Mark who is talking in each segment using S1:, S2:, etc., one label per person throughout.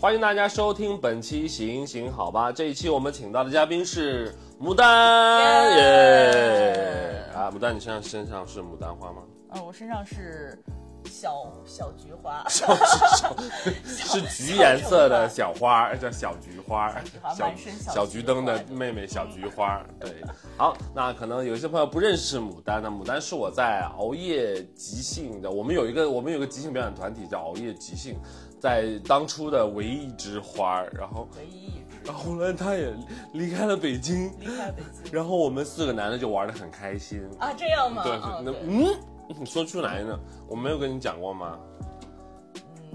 S1: 欢迎大家收听本期《行行好吧》，这一期我们请到的嘉宾是牡丹耶啊！牡丹，你身上身上是牡丹花吗？
S2: 呃，我身上是小小菊花，
S1: 是橘颜色的小花儿，叫小菊花儿
S2: 小菊花，
S1: 小
S2: 满身小
S1: 小
S2: 菊
S1: 菊灯的
S2: 花
S1: 妹妹小菊花儿。对，好，那可能有一些朋友不认识牡丹，那牡丹是我在熬夜即兴的，我们有一个我们有一个即兴表演团体叫熬夜即兴，在当初的唯一一枝花儿，然后
S2: 唯一一只
S1: 然后后来她也离开了北京，
S2: 离开北京
S1: 然后我们四个男的就玩得很开心。
S2: 啊？这样吗？
S1: 对，
S2: 啊
S1: 那
S2: 对
S1: 嗯，你说出来呢？我没有跟你讲过吗？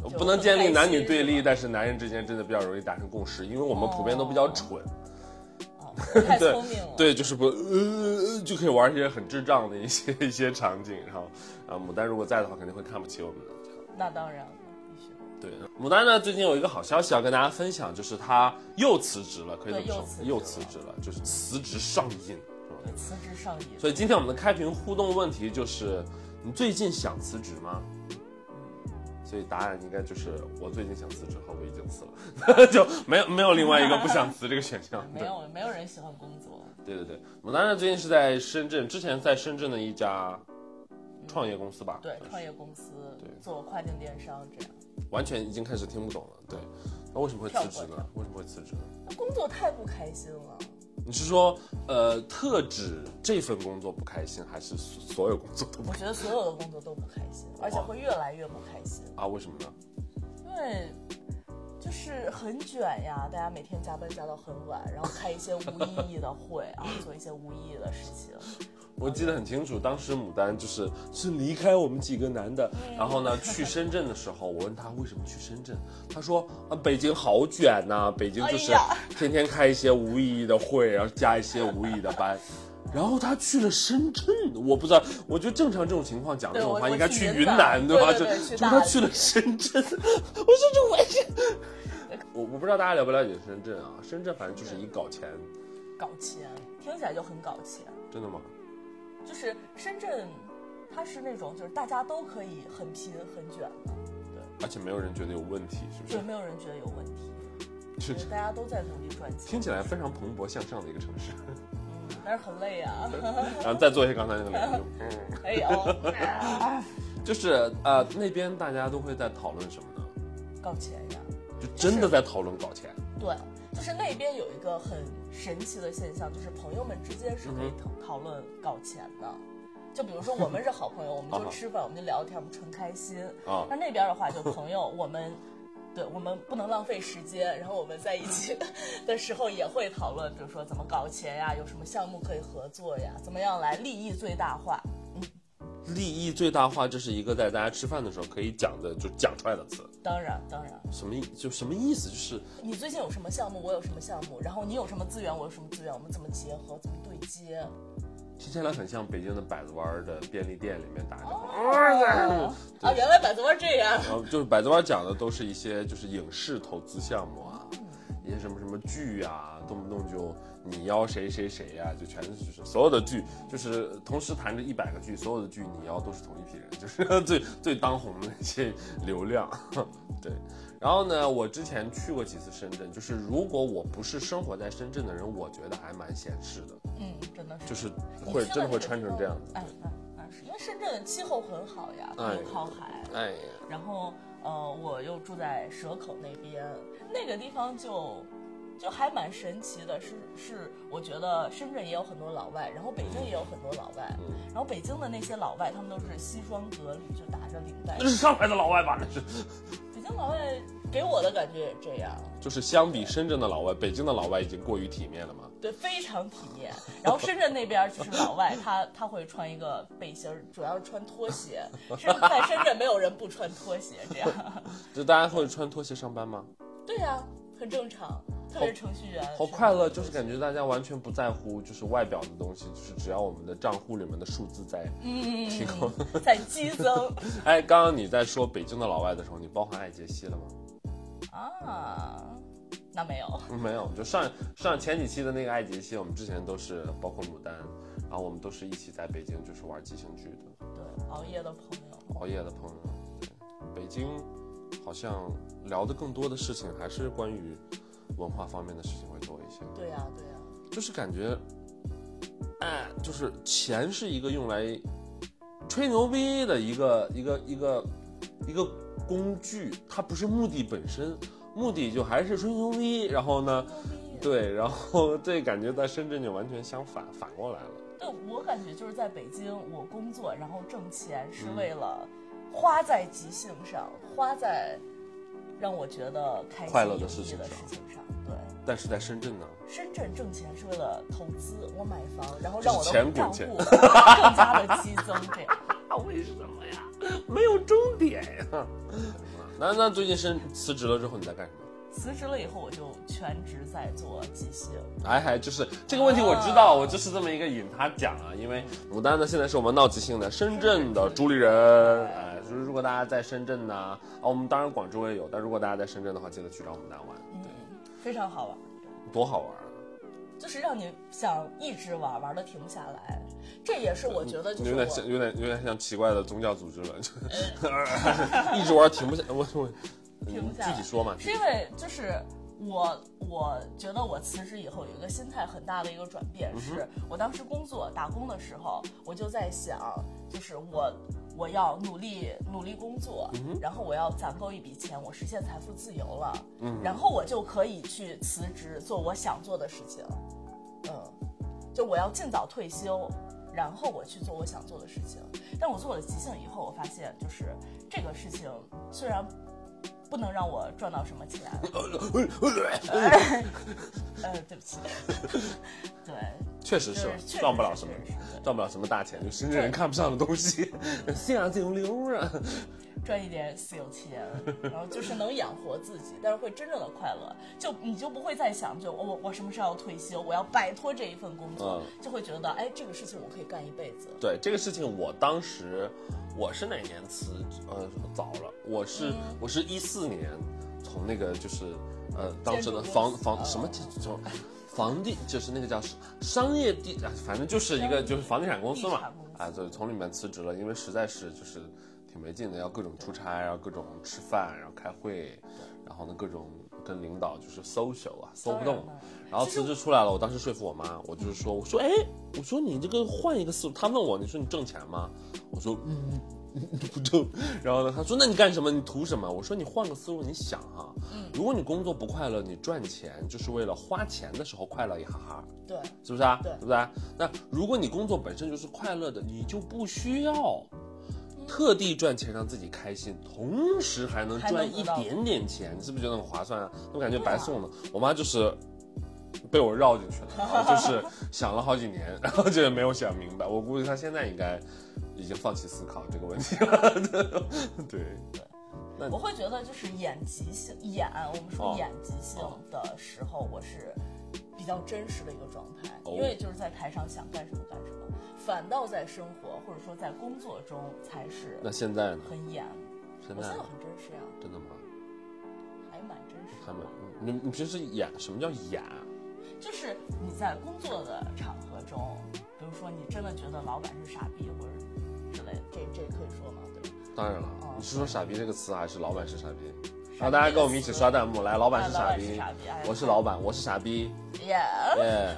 S2: 嗯就
S1: 不能建立
S2: 很开
S1: 男
S2: 心
S1: 女对立，但是男人之间真的比较容易达成共识，因为我们普遍都比较蠢，
S2: 哦太
S1: 对
S2: 聪明了。，
S1: 对，就是不呃就可以玩一些很智障的一些 一些场景，然后啊，牡丹如果在的话，肯定会看不起我们的。
S2: 那当然了，必须
S1: 对，牡丹呢最近有一个好消息要跟大家分享，就是她又辞职了，可以这
S2: 对
S1: 么说，又
S2: 又
S1: 辞
S2: 辞
S1: 职了，就是辞职上瘾。是吧
S2: 对辞职上瘾。
S1: 所以今天我们的开屏互动问题就是，你最近想辞职吗？所以答案应该就是我最近想辞职和我已经辞了， 就没有没有另外一个不想辞这个选项。
S2: 没有没有人喜欢工作，
S1: 对对对，牡丹呢最近是在深圳，之前在深圳的一家创业公司吧，
S2: 对
S1: 算是
S2: 创业公司
S1: 对
S2: 做跨境电商这样，
S1: 完全已经开始听不懂了。对，那为什么会辞职
S2: 跳过
S1: 呢？为什么会辞职呢？
S2: 那工作太不开心了。
S1: 你是说，呃，特指这份工作不开心，还是所所有工作都不
S2: 我
S1: 开心
S2: 觉得所有的工作都不开心，而且会越来越不开心，
S1: 啊？为什么呢？
S2: 因为。就是很卷呀，大家每天加班加到很晚，然后开一些无意义的会啊，做一些无意义的事情。
S1: 我记得很清楚，当时牡丹就是是离开我们几个男的，然后呢去深圳的时候，我问他为什么去深圳，他说啊北京好卷呐、北京就是
S2: 哎呀
S1: 天天开一些无意义的会，然后加一些无意义的 班。然后他去了深圳，我不知道，我觉得正常这种情况讲这
S2: 对
S1: 种
S2: 我
S1: 话
S2: 我
S1: 应该
S2: 去
S1: 去
S2: 云
S1: 云
S2: 南
S1: 南吧？就
S2: 对对对
S1: 就
S2: 去
S1: 是
S2: 大
S1: 他
S2: 理
S1: 去了深圳，我说这我是， 我我不知道大家了不了解深圳啊？深圳反正就是一搞钱，
S2: 搞钱，听起来就很搞钱。
S1: 真的吗？
S2: 就是深圳，它是那种就是大家都可以很拼很卷的，
S1: 而且没有人觉得有问题，是不
S2: 就是没有人觉得有问题，
S1: 是
S2: 就？是大家都在努力赚钱，
S1: 听起来非常蓬勃向上的一个城市，
S2: 但是很累啊。
S1: 然后再做一下刚才那个联动，
S2: 哎呦，
S1: 就是呃那边大家都会在讨论什么呢？
S2: 搞钱呀！
S1: 就真的在讨论搞钱，
S2: 对，就是那边有一个很神奇的现象，就是朋友们之间是
S1: 嗯
S2: 可以讨讨论搞钱的。就比如说我们是好朋友，我们
S1: 啊
S2: 就吃饭，我们就聊天，我们纯开心。
S1: 啊
S2: 那那边的话，就朋友，我们对我们不能浪费时间，然后我们在一起的时候也会讨论，比如说怎么搞钱呀，有什么项目可以合作呀，怎么样来利益最大化。
S1: 利益最大化，这是一个在大家吃饭的时候可以讲的就讲出来的词，
S2: 当然，当然，
S1: 什么意就什么意思？就是
S2: 你最近有什么项目，我有什么项目，然后你有什么资源，我有什么资源，我们怎么结合，怎么对接？
S1: 听起来很像北京的百子湾的便利店里面打电话。
S2: 啊，原来百度是这样。
S1: 然后就是百子湾讲的都是一些就是影视投资项目啊，一些什么什么剧啊，动不动就你邀谁谁谁呀、就全是就是所有的剧，就是同时谈着一百个剧，所有的剧你邀都是同一批人，就是最最当红的那些流量， 对。然后呢，我之前去过几次深圳，就是如果我不是生活在深圳的人，我觉得还蛮显示的，
S2: 嗯，真的是。
S1: 就是
S2: 你
S1: 会
S2: 听
S1: 真的会
S2: 了这个
S1: 穿
S2: 之
S1: 成
S2: 后
S1: 这样子。。
S2: 哎，那那是因为深圳的气候很好呀，
S1: 哎
S2: 它又靠海，
S1: 哎呀，
S2: 然后呃，我又住在蛇口那边，那个地方就就还蛮神奇的，是是，我觉得深圳也有很多老外，然后北京也有很多老外，
S1: 嗯
S2: 然后北京的那些老外他们都是西装革履，就打着领带
S1: 那，是上海的老外吧？那是。
S2: 北京老外给我的感觉也这样。
S1: 就是相比深圳的老外，北京的老外已经过于体面了嘛。
S2: 对，非常体面。 然后深圳那边就是老外，他他会穿一个背心儿，主要是穿拖鞋。是在深圳没有人不穿拖鞋这样。
S1: 就大家会穿拖鞋上班吗？
S2: 对呀、很正常，特别是程序员。
S1: 好快乐，就是感觉大家完全不在乎就是外表的东西，就是只要我们的账户里面的数字在。
S2: 嗯
S1: 挺好，
S2: 在激增
S1: 哎，刚刚你在说北京的老外的时候，你包含爱杰西了吗？
S2: 啊。那没有，
S1: 嗯没有，就上上前几期的那个爱杰西，我们之前都是包括牡丹，然后我们都是一起在北京就是玩即兴剧的，
S2: 对熬夜的朋友，
S1: 熬夜的朋友。对，北京好像聊的更多的事情还是关于文化方面的事情会多一些，
S2: 对呀、对呀、
S1: 就是感觉，哎，就是钱是一个用来吹牛逼的一个一个一个一个工具，它不是目的本身，目的就还是吹牛逼，然后呢，对，然后这感觉在深圳就完全相反，反过来了。
S2: 对，我感觉就是在北京，我工作然后挣钱是为了花在即兴上，花在让我觉得开心
S1: 快乐的
S2: 有
S1: 事
S2: 意义
S1: 情
S2: 的
S1: 上
S2: 事情上。对，
S1: 但是在深圳呢，
S2: 深圳挣钱是为了投资，我买房，然后
S1: 就是
S2: 让我的
S1: 钱滚
S2: 账户
S1: 钱
S2: 更加的激增。这样，
S1: 啊，为什么呀？没有终点呀。那那最近是辞职了之后你在干什么？
S2: 辞职了以后，我就全职在做即兴。
S1: 哎嗨，就是这个问题我知道，
S2: 啊
S1: 我就是这么一个引他讲啊，因为牡丹呢现在是我们闹即兴的深圳的主理人，哎，就是如果大家在深圳呢，啊，我们当然广州也有，但如果大家在深圳的话，记得去找牡丹玩，
S2: 嗯，非常好玩，
S1: 多好玩啊！
S2: 就是让你想一直玩，玩的停不下来。这也是我觉得就
S1: 嗯
S2: 是
S1: 有
S2: 我
S1: 点像，有点有点像奇怪的宗教组织了， 就 一直玩停不下，我我你
S2: 停不下
S1: 具
S2: 来
S1: 体说嘛，
S2: 是因为就是我，我觉得我辞职以后有一个心态很大的一个转变，是我当时工作打工的时候，我就在想，就是我我要努力努力工作，然后我要攒够一笔钱，我实现财富自由了，然后我就可以去辞职做我想做的事情，嗯，就我要尽早退休。然后我去做我想做的事情，但我做了即兴以后，我发现就是这个事情虽然不能让我赚到什么钱。呃，对不起， 对，
S1: 确实
S2: 就是是确实
S1: 赚不了什么
S2: 是是
S1: 赚不了什么大钱，就深圳人看不上的东西， 下九流啊。
S2: 赚一点私有钱，然后就是能养活自己，但是会真正的快乐，就你就不会再想就我我什么时候要退休，我要摆脱这一份工作，
S1: 嗯
S2: 就会觉得哎这个事情我可以干一辈子。
S1: 对这个事情，我当时我是哪年辞职？呃，早了，我是、
S2: 嗯
S1: 我是一四年从那个就是呃当时的
S2: 建筑公司
S1: 房房
S2: 哦
S1: 什么建什么房地就是那个叫什商业地，啊反正就是一个就是房地产公司
S2: 地
S1: 嘛
S2: 产公，司
S1: 啊，对，从里面辞职了，因为实在是就是挺没劲的，要各种出差，然后各种吃饭，然后开会，然后呢各种跟领导就是 social 啊，搜不
S2: 当然
S1: 动
S2: 了。
S1: 然后
S2: 其实
S1: 辞职出来了，我当时说服我妈，我就是说，我说，哎，我说你这个换一个思路。她问我，你说你挣钱吗？我说，嗯， 不挣。然后呢，她说，那你干什么？你图什么？我说，你换个思路，你想哈、
S2: 嗯
S1: 如果你工作不快乐，你赚钱就是为了花钱的时候快乐一哈哈，
S2: 对，
S1: 是不是啊？
S2: 对
S1: 不对？那如果你工作本身就是快乐的，你就不需要特地赚钱让自己开心，同时还能
S2: 还能
S1: 赚
S2: 得
S1: 一
S2: 到
S1: 点点钱，你是不是觉得很划算啊？我感觉
S2: 对啊
S1: 白送了。我妈就是被我绕进去了，然后就是想了好几年，然后就也没有想明白。我估计她现在应该已经放弃思考这个问题了。 对，
S2: 我会觉得就是演即兴演，我们
S1: 哦
S2: 说演即兴
S1: 哦
S2: 的时候，我是比较真实的一个状态，
S1: 哦
S2: 因为就是在台上想干什么干什么，反倒在生活或者说在工作中才是
S1: 那现在呢？
S2: 很演。
S1: 现
S2: 我
S1: 在
S2: 现在
S1: 呢
S2: 很真实呀、啊
S1: 真的吗？
S2: 还蛮真实的。
S1: 他们，你你平时演什么叫演啊？
S2: 就是你在工作的场合中，比如说你真的觉得老板是傻逼或者之类的，这这可以说吗？对吧，
S1: 当然了
S2: 哦，
S1: 你是说“傻逼”这个词，还是老板是傻逼？然
S2: 傻
S1: 后大
S2: 逼
S1: 家跟
S2: 这个
S1: 我们一起
S2: 词
S1: 刷弹幕，来，老板
S2: 哎
S1: 是
S2: 老
S1: 傻
S2: 板是
S1: 逼
S2: 傻逼哎，
S1: 我是老板，我是傻逼，
S2: 耶、
S1: 耶。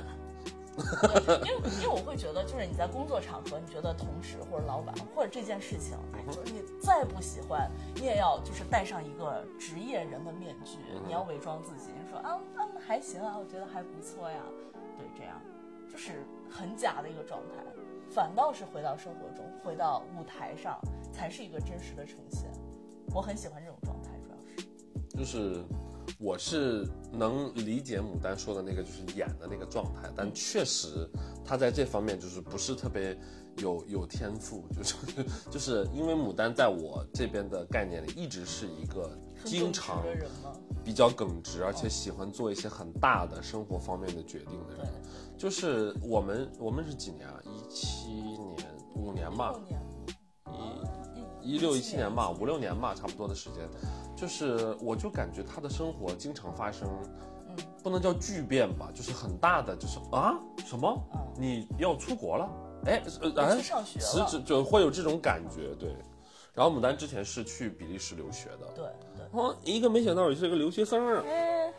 S2: 因为因为我会觉得，就是你在工作场合，你觉得同事或者老板或者这件事情，哎，就是你再不喜欢，你也要就是戴上一个职业人的面具，
S1: 嗯
S2: 你要伪装自己，你说啊，嗯，还行啊，我觉得还不错呀，对，这样就是很假的一个状态，反倒是回到生活中，回到舞台上，才是一个真实的呈现。我很喜欢这种状态，主
S1: 就
S2: 要是
S1: 是我是能理解牡丹说的那个，就是演的那个状态，但确实她在这方面就是不是特别有有天赋，就是就是因为牡丹在我这边的概念里一直是一个
S2: 很
S1: 经
S2: 正直
S1: 常
S2: 的人吗？
S1: 比较耿直，而且喜欢做一些很大的生活方面的决定的
S2: 对
S1: 人。，就是我们我们是几年啊？一七年五年吧
S2: 后，年啊
S1: 一
S2: 一
S1: 一六一七年吧，
S2: 17
S1: 五六年吧，差不多的时间，就是我就感觉他的生活经常发生，
S2: 嗯
S1: 不能叫巨变吧，就是很大的，就是啊什么
S2: 嗯，
S1: 你要出国了，哎呃
S2: 我
S1: 哎
S2: 去上学
S1: 辞
S2: 了
S1: 职就会有这种感觉，对。然后牡丹之前是去比利时留学的，
S2: 对对。
S1: 哦，一个没想到你是个留学生啊！
S2: 哎，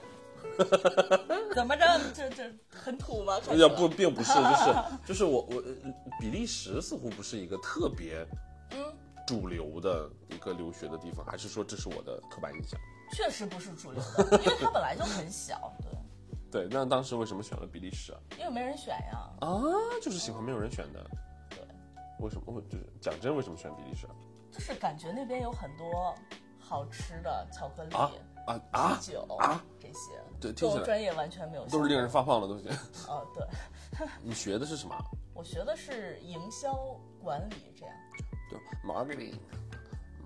S2: 怎么着？这这很 土吗？看起
S1: 也
S2: 来
S1: 不，并不是，就是就是我我呃比利时似乎不是一个特别
S2: 嗯，
S1: 主流的一个留学的地方，还是说这是我的刻板印象？
S2: 确实不是主流的，因为它本来就很小，
S1: 对，
S2: 对，
S1: 那当时为什么选了比利时啊？
S2: 因为没人选呀。
S1: 啊，就是喜欢没有人选的。
S2: 对，
S1: 为什么？我就是讲真，为什么选比利时啊？
S2: 就是感觉那边有很多好吃的巧克力、
S1: 啊啊啊！
S2: 酒
S1: 啊
S2: 这些，
S1: 对听
S2: 跟
S1: 起
S2: 我
S1: 来
S2: 专业完全没有
S1: 都是
S2: 相
S1: 令人发胖的东西。
S2: 关哦，对，
S1: 你学的是什么？啊
S2: 我学的是营销管理，这样
S1: 对，marketing。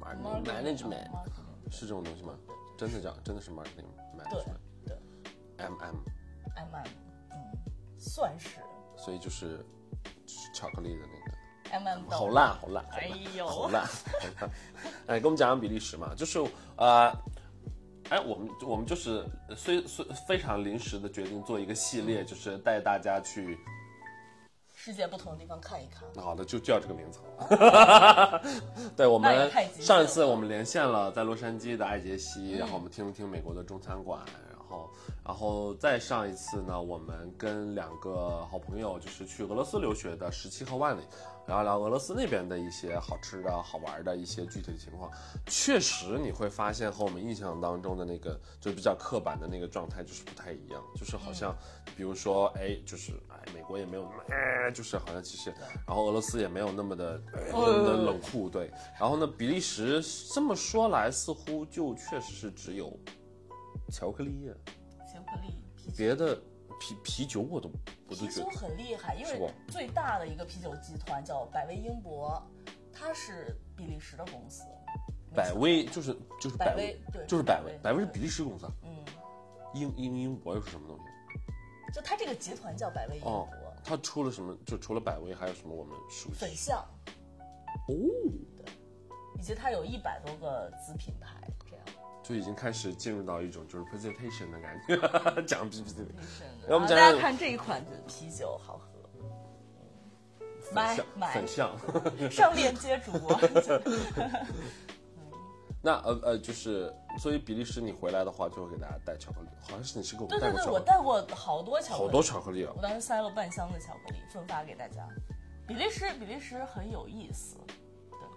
S1: marketing
S2: Marketing，
S1: management
S2: 啊
S1: 是这种东西吗？真的这样，真的是 marketing
S2: 对
S1: management
S2: 对
S1: MM，
S2: ，M M，嗯，算是
S1: 所以就是巧克力的那个。
S2: M M
S1: 好烂，好烂，好
S2: 哎
S1: 烂
S2: 呦
S1: 好烂。 哎，跟我们讲讲比利时嘛，就是呃，哎，我们我们就是呃虽虽非常临时的决定做一个系
S2: 嗯
S1: 列，就是带大家去，
S2: 世界不同的地方看一看，
S1: 啊好的就叫这个名字好 了。对，我
S2: 那
S1: 们
S2: 也太极致了
S1: 上一次我们连线了在洛杉矶的艾杰西，然后我们听了听美国的中餐馆。然后，然后再上一次呢，我们跟两个好朋友，就是去俄罗斯留学的十七和万里，聊一聊俄罗斯那边的一些好吃的好玩的一些具体的情况。确实你会发现和我们印象当中的那个就比较刻板的那个状态就是不太一样，就是好像，
S2: 嗯
S1: 比如说哎，就是哎，美国也没有那么哎，就是好像其实，然后俄罗斯也没有那么的、哎、那么
S2: 嗯
S1: 的冷酷，对。然后呢，比利时这么说来，似乎就确实是只有巧克力、啊，
S2: 巧克力啤酒。
S1: 别的啤啤酒我都我都
S2: 啤
S1: 觉
S2: 酒
S1: 得。
S2: 很厉害，因
S1: 是不
S2: 为最大的一个啤酒集团叫百威英博，它是比利时的公司。没
S1: 百
S2: 错，
S1: 威就是就是
S2: 百
S1: 威
S2: 威对
S1: 就是百威百
S2: 百威，
S1: 威是比利时公司啊，
S2: 嗯，
S1: 英英英国又是什么东西？
S2: 就它这个集团叫百威英
S1: 哦
S2: 博，
S1: 它出了什么？就除了百威，还有什么我们熟
S2: 粉
S1: 悉？
S2: 象，
S1: 哦，
S2: 以及它有一百多个子品牌，这样。
S1: 就已经开始进入到一种就是 presentation 的感觉， 讲 PPT
S2: 然
S1: 要
S2: 后
S1: 不
S2: 大
S1: 咱
S2: 家看这一款的啤酒好喝，买
S1: 粉象
S2: 买
S1: 粉象。
S2: 上链接主播。
S1: 那呃呃，就是所以比利时你回来的话，就会给大家带巧克力，好像是你是给我
S2: 对
S1: 们
S2: 对
S1: 带过巧
S2: 对，我
S1: 克力，
S2: 带过好多巧克力，
S1: 好多巧克力啊！
S2: 我当时塞了半箱的巧克力分发给大家。比利时，比利时很有意思。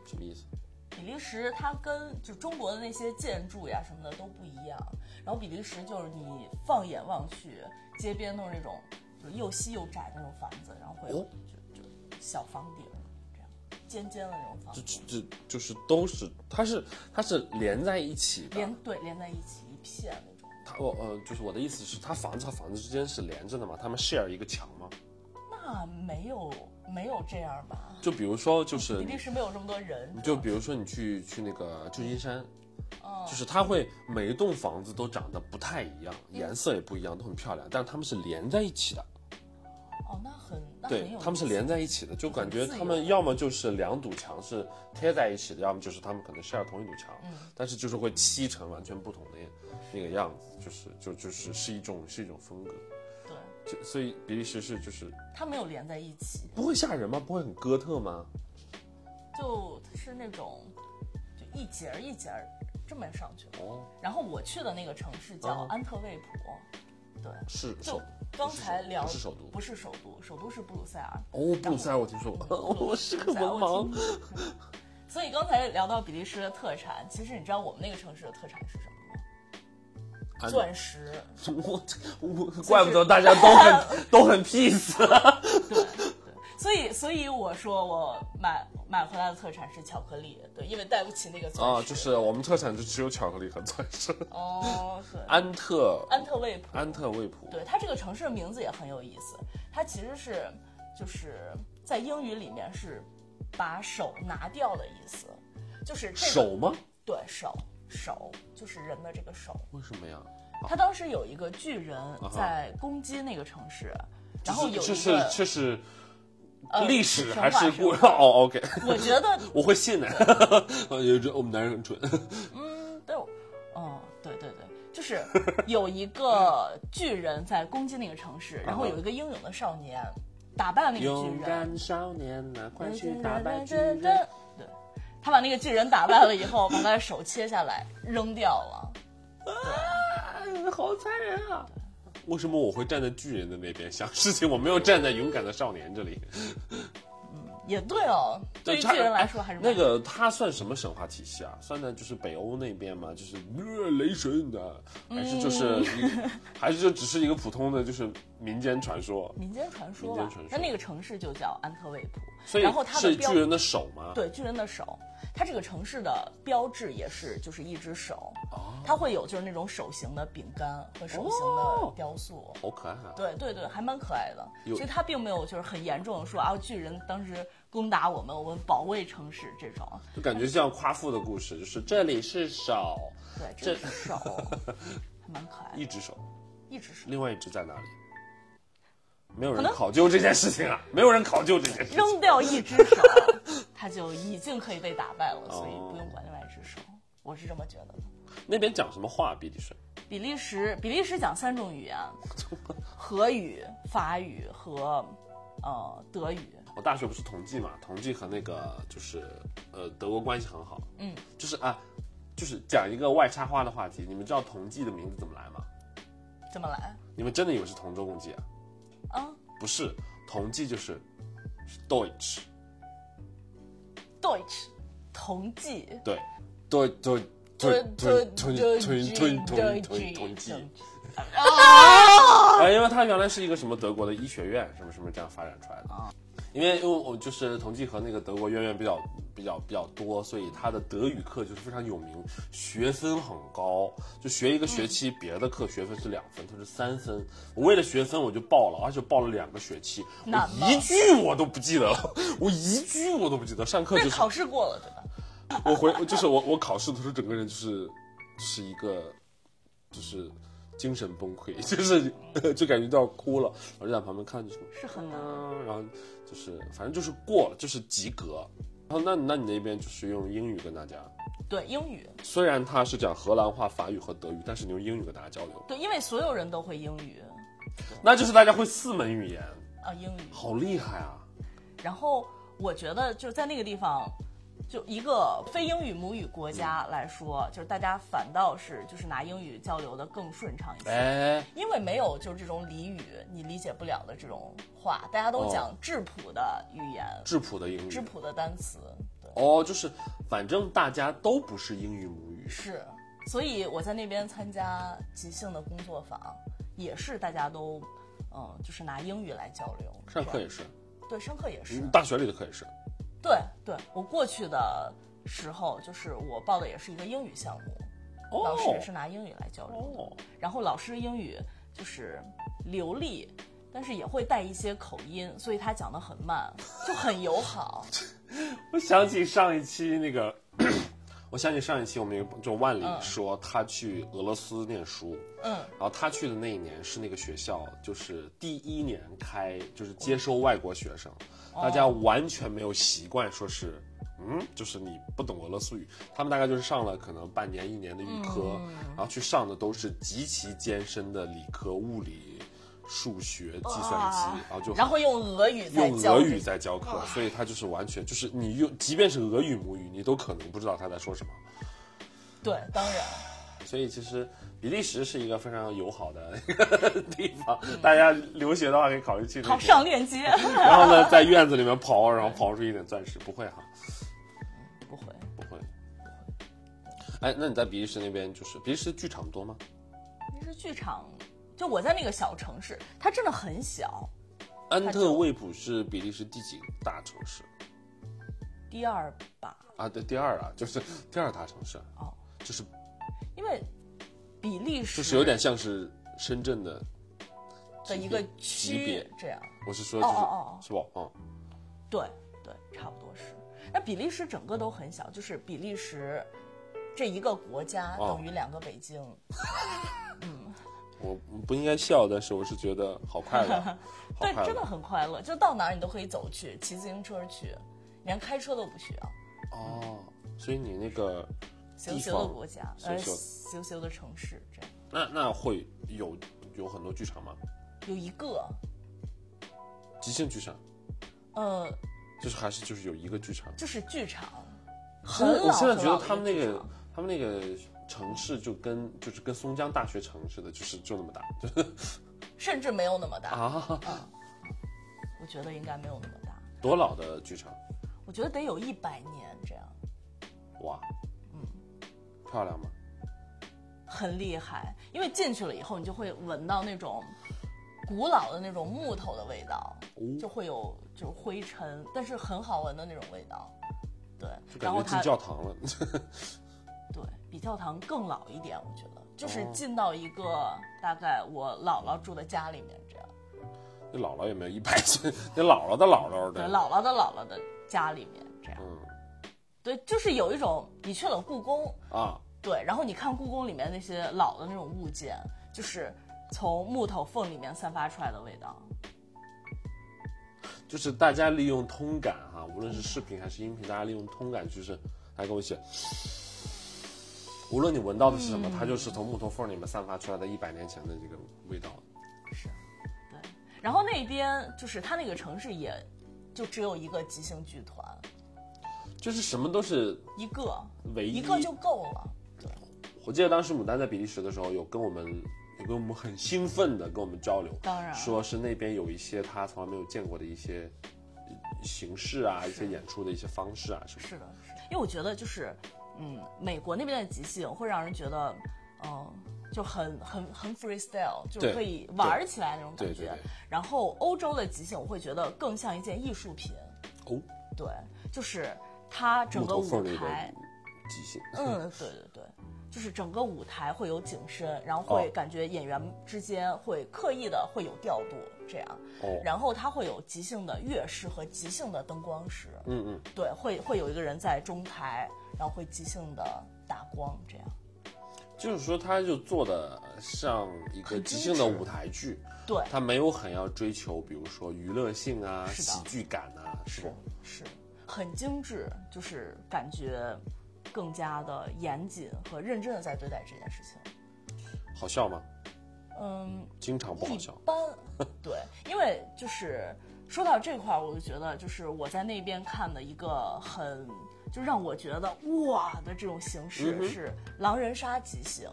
S1: 什么意思？
S2: 比利时它跟就中国的那些建筑呀什么的都不一样。然后比利时就是你放眼望去，街边都是那种就是又细又窄那种房子，然后会有
S1: 哦
S2: 就就小房顶这样尖尖的那种房
S1: 这
S2: 子，
S1: 这这就是都是，它是它是连在一起的。
S2: 连对连在一起一片那种。
S1: 它我呃，就是我的意思是，它房子和房子之间是连着的嘛？他们 share 一个墙吗？
S2: 那没有没有这样吧？
S1: 就比如说，就是
S2: 哦比利时没有这么多人，
S1: 就比如说你去去那个旧金山，
S2: 嗯
S1: 就是它会每一栋房子都长得不太一样，
S2: 嗯
S1: 颜色也不一样，都很漂亮，但是它们是连在一起的，
S2: 哦，那很那很有
S1: 对
S2: 意，思
S1: 它们是连在一起的，就感觉
S2: 很自由
S1: 它们要么就是两堵墙是贴在一起的，要么就是它们可能 share 同一堵墙，
S2: 嗯
S1: 但是就是会漆成完全不同的那个样子，就是就就是是一种是一种风格，
S2: 对，
S1: 就所以比利时是就是
S2: 它没有连在一起，
S1: 不会吓人吗？不会很哥特吗？
S2: 就是那种就一节儿一节儿这么上去的。
S1: 哦，
S2: 然后我去的那个城市叫
S1: 嗯
S2: 安特卫普，对，
S1: 是
S2: 就
S1: 首
S2: 刚才
S1: 不是首
S2: 聊
S1: 不是首都
S2: 不是首都，首都是布鲁塞尔。
S1: 哦，布鲁塞尔我听说过，我是个
S2: 布鲁
S1: 文
S2: 塞尔
S1: 盲。。
S2: 我听过嗯 所以刚才聊到比利时的特产，其实你知道我们那个城市的特产是什么吗？
S1: 安
S2: 钻石。
S1: 我我怪不得大家都很 都很 peace。
S2: 对，对， 所以所以我说我买买回来的特产是巧克力，对，因为带不起那个钻石。
S1: 啊，就是我们特产就只有巧克力和钻石。
S2: 哦，对，
S1: 安特
S2: 安特卫普。
S1: 安特卫普，
S2: 对它这个城市的名字也很有意思，它其实是就是在英语里面是把手拿掉的意思，就是这个
S1: 手吗？
S2: 对手手就是人的这个手。
S1: 为什么呀？
S2: 他当时有一个巨人在攻击那个城市，然后有
S1: 这啊
S2: 一
S1: 是
S2: 个，
S1: 这是
S2: 呃
S1: 历史
S2: 神
S1: 还是
S2: 话
S1: 故？
S2: 神话
S1: 哦，OK，
S2: 我觉得
S1: 我会信的。 有这我们男人很 蠢。
S2: 嗯，对，嗯，对对对，就是 有一个巨人在攻击那个城市，
S1: 啊
S2: 然后有一个英勇的少年打败那个巨人，
S1: 少年呐，
S2: 对，他把那个巨人打败了以后，把他的手切下来扔掉了。
S1: 啊，好残忍啊！为什么我会站在巨人的那边想事情？我没有站在勇敢的少年这里。
S2: 也对哦，对于巨人来说还是
S1: 哎那个他算什么神话体系啊？算在就是北欧那边吗？就是、呃、雷神的，还是就是
S2: 嗯
S1: 一 个、还是就只是一个普通的就是民间传说？
S2: 民间传说
S1: 民
S2: 吧
S1: 间传。说
S2: 那那个城市就叫安特卫普，
S1: 所以
S2: 然后他的
S1: 是
S2: 标
S1: 巨人的手吗？
S2: 对巨人的手，它这个城市的标志也是就是一只手，
S1: 哦，
S2: 它会有就是那种手型的饼干和手型的
S1: 哦
S2: 雕塑。
S1: 好可爱啊！
S2: 对对对，还蛮可爱的。
S1: 有
S2: 所以他并没有就是很严重的说啊，巨人当时攻打我们，我们保卫城市这种。
S1: 就感觉像夸父的故事，就是这里是手，
S2: 对，
S1: 这
S2: 这是手，还蛮可爱的，
S1: 一只手，
S2: 一只手
S1: 另外一只在哪里？没有人
S2: 可能
S1: 考究这件事情啊，没有人考究这件事情。
S2: 扔掉一只 手，他就已经可以被打败了，所以
S1: 哦
S2: 不用管另外一只手。我是这么觉得的。
S1: 那边讲什么话？比利时
S2: 比利时，比利时讲三种语言，荷语、法语和呃德语。
S1: 我大学不是同济嘛，同济和那个就是呃德国关系很好，
S2: 嗯，
S1: 就是啊，就是讲一个外插花的话题，你们知道同济的名字怎么来吗？
S2: 怎么来
S1: 你们真的以为是同舟共济啊？
S2: 啊
S1: 不是，同济就是是 Deutsch，
S2: ？Deutsch，同济。
S1: 对，对对对对对对对对对同济。啊，因为它原来是一个什么德国的医学院，什么什么这样发展出来的。啊，因为因为我就是同济和那个德国渊源比较比较比较多，所以他的德语课就是非常有名，学分很高，就学一个学期别的课学分是两分，他是三分。我为了学分我就报了，而且报了两个学期，我
S2: 难吗
S1: 一句我都不记得了，我一句我都不记得，上课
S2: 那
S1: 就是
S2: 考试过了对吧？
S1: 我回就是我我考试的时候，整个人就是就是一个就是精神崩溃， 就是就感觉都要哭了。我就在旁边看着什么，
S2: 是很难。
S1: 嗯，然后就是反正就是过了，就是及格。然后那那你那边就是用英语跟大家，
S2: 对英语，
S1: 虽然他是讲荷兰话、法语和德语，但是你用英语跟大家交流，
S2: 对，因为所有人都会英语
S1: 那就是大家会四门语言，
S2: 啊，英语。
S1: 好厉害啊！
S2: 然后我觉得就在那个地方，就一个非英语母语国
S1: 嗯
S2: 家来说，就是大家反倒是就是拿英语交流的更顺畅一些。
S1: 哎，
S2: 因为没有就是这种俚语，你理解不了的这种话，大家
S1: 哦
S2: 都讲质朴的语言，
S1: 质朴的英语，
S2: 质朴的单词，对，
S1: 哦，就是反正大家都不是英语母语，
S2: 是。所以我在那边参加即兴的工作坊，也是大家都，嗯，就是拿英语来交流。
S1: 上课也
S2: 啊
S1: 是，
S2: 对，上课也是。
S1: 嗯大学里的课也是。
S2: 对对，我过去的时候，就是我报的也是一个英语项目，老师也是拿英语来交流的，
S1: 哦，
S2: 然后老师英语就是流利。但是也会带一些口音，所以他讲的很慢，就很 友好。
S1: 我想起上一期那个， 我想起上一期我们有就万里说他去俄罗斯念书，
S2: 嗯，
S1: 然后他去的那一年是那个学校就是第一年开就是接收外国学生，
S2: 哦
S1: 大家完全没有习惯说是。嗯，就是你不懂俄罗斯语，他们大概就是上了可能半年一年的预科，
S2: 嗯
S1: 然后去上的都是极其艰深的理科、物理、数学、计算机，然后就
S2: 然后用俄语在
S1: 用
S2: 教哦
S1: 俄
S2: 这
S1: 语在教课，所以他就是完全就是你用，即便是俄语母语，你都可能不知道他在说什么。
S2: 对，当然
S1: 所以其实比利时是一个非常友好的地方，大家留学的话可以考虑去那
S2: 好
S1: 边。
S2: 嗯上链接，
S1: 然后呢，在院子里面刨，然后刨出一点钻石，不会哈，
S2: 不会，
S1: 不会。哎，那你在比利时那边就是比利时剧场多吗？
S2: 那是剧场。就我在那个小城市，它真的很小，
S1: 安特卫普是比利时第几大城市
S2: 第二吧，
S1: 啊？对，第二啊，就是第二大城市，啊
S2: 哦，
S1: 就是
S2: 因为比利时
S1: 就是有点像是深圳的
S2: 的
S1: 级
S2: 一个
S1: 别级别
S2: 区，这样。
S1: 我是说就是
S2: 哦哦哦
S1: 是吧？嗯，
S2: 对对，差不多是。那比利时整个都很小，就是比利时这一个国家
S1: 哦
S2: 等于两个北京。
S1: 我不应该笑，但是我是觉得好快 乐，好
S2: 对，
S1: 快
S2: 真的
S1: 乐
S2: 很快乐，就到哪儿你都可以走去，骑自行车去，连开车都不需要。
S1: 哦。所以你那个
S2: 小
S1: 地
S2: 小的
S1: 方
S2: 国家，呃，
S1: 小
S2: 小小的城市，这样
S1: 那那会有有很多剧场吗？
S2: 有一个，
S1: 即兴剧场
S2: 呃，
S1: 就是还是就是有一个剧场
S2: 就是剧场，
S1: 现在
S2: 很
S1: 我
S2: 老
S1: 现在觉
S2: 很
S1: 得
S2: 老
S1: 他们
S2: 的
S1: 那
S2: 一剧
S1: 个
S2: 场。
S1: 他们那个城市就跟就是跟松江大学城似的，就是就那么大，就是
S2: 甚至没有那么大，
S1: 啊，
S2: 我觉得应该没有那么大，
S1: 多老的剧场，
S2: 我觉得得有一百年这样，
S1: 哇，嗯，漂亮吗？
S2: 很厉害。因为进去了以后，你就会闻到那种古老的那种木头的味道，
S1: 哦
S2: 就会有就是灰尘，但是很好闻的那种味道。对，
S1: 就感
S2: 然后
S1: 觉进
S2: 它
S1: 教堂了，
S2: 对比教堂更老一点，我觉得就是
S1: 哦
S2: 进到一个大概我姥姥住的家里面这样，
S1: 你姥姥有没有一百岁？你姥姥的姥姥
S2: 对，
S1: 的，
S2: 姥姥的姥姥的家里面这样，
S1: 嗯
S2: 对，就是有一种你去了故宫，
S1: 啊，
S2: 对，然后你看故宫里面那些老的那种物件，就是从木头缝里面散发出来的味道。
S1: 就是大家利用通感哈、无论是视频还是音频，大家利用通感就是，来跟我一起。无论你闻到的是什么，它就是从木头缝里面散发出来的一百年前的这个味道。
S2: 是，对。然后那边就是它那个城市也，就只有一个即兴剧团，
S1: 就是什么都是
S2: 一个
S1: 唯一。
S2: 一个就够了。
S1: 我记得当时牡丹在比利时的时候，有跟我们有跟我们很兴奋的跟我们交流，
S2: 当然
S1: 说是那边有一些他从来没有见过的一些呃形式啊，一些演出的一些方式啊什么的。
S2: 是的，是的。因为我觉得就是，嗯，美国那边的即兴会让人觉得，嗯、就很很很 freestyle，就是
S1: 对
S2: 可以玩儿起来那种感
S1: 对
S2: 觉。
S1: 对对
S2: 然后欧洲的即兴，我会觉得更像一件艺术品。
S1: 哦，
S2: 对，就是它整
S1: 木
S2: 个
S1: 头缝
S2: 舞
S1: 里的
S2: 台，
S1: 即兴。
S2: 嗯，对对对，就是整个舞台会有景深，然后会
S1: 哦
S2: 感觉演员之间会刻意的会有调度这样，
S1: 哦，
S2: 然后它会有即兴的乐师和即兴的灯光师，
S1: 嗯嗯。
S2: 对，会会有一个人在中台，然后会即兴的打光这样，
S1: 就是说，他就做的像一个即兴的舞台剧，
S2: 对，
S1: 他没有很要追求，比如说娱乐性啊、
S2: 是的
S1: 喜剧感啊，是吧？
S2: 是很精致，就是感觉更加的严谨和认真的在对待这件事情，
S1: 好笑吗？
S2: 嗯，
S1: 经常不好
S2: 一
S1: 笑。
S2: 般， 对，因为就是说到这块儿，我就觉得就是我在那边看的一个很就让我觉得哇的这种形
S1: 嗯
S2: 式
S1: 哼
S2: 是狼人杀即兴，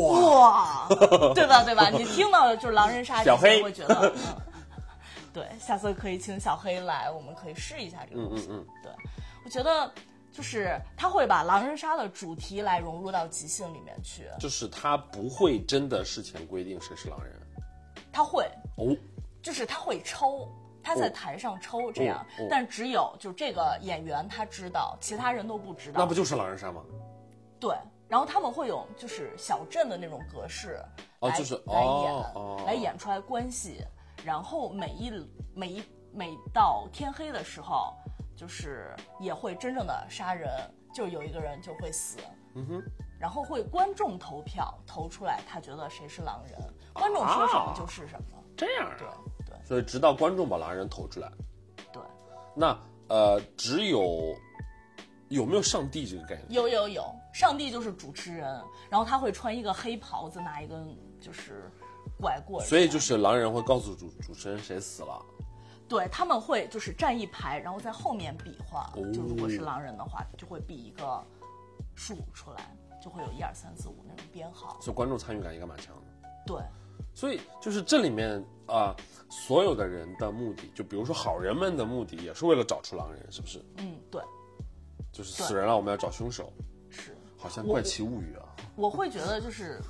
S1: 哇，
S2: 哇， 对吧对吧？你听到的就是狼人杀即
S1: 小黑
S2: 兴，会觉得。 嗯对，下次可以请小黑来，我们可以试一下这
S1: 嗯
S2: 个东西。
S1: 嗯嗯，
S2: 对，我觉得就是他会把狼人杀的主题来融入到即兴里面去，
S1: 就是他不会真的事前规定谁是狼人
S2: 他会，
S1: 哦，
S2: 就是他会抽，他在
S1: 哦
S2: 台上抽这样，
S1: 哦哦
S2: 但只有就这个演员他知道，其他人都不知道。
S1: 那不就是狼人杀吗？
S2: 对，然后他们会有就是小镇的那种格式
S1: 哦
S2: 来、
S1: 就是
S2: 来演、
S1: 哦哦
S2: 来演出来关系，然后每一每一每到天黑的时候，就是也会真正的杀人，就有一个人就会死。
S1: 嗯哼，
S2: 然后会观众投票投出来，他觉得谁是狼人，观众说什
S1: 啊
S2: 么就是什么。
S1: 这样
S2: 对
S1: 啊，
S2: 对
S1: 所以直到观众把狼人投出来，
S2: 对，
S1: 那呃，只有有没有上帝这个概念？
S2: 有有有，上帝就是主持人，然后他会穿一个黑袍子，拿一根就是拐棍儿，
S1: 所以就是狼人会告诉主主持人谁死了。
S2: 对他们会就是站一排，然后在后面比划，
S1: 哦
S2: 就如果是狼人的话，就会比一个数出来，就会有一二三四五那种编号。
S1: 所以观众参与感应该蛮强的。
S2: 对，
S1: 所以就是这里面啊、所有的人的目的，就比如说好人们的目的，也是为了找出狼人，是不是？
S2: 嗯，对，
S1: 就是死人了，我们要找凶手，
S2: 是，
S1: 好像《怪奇物语》啊。
S2: 我会觉得就是，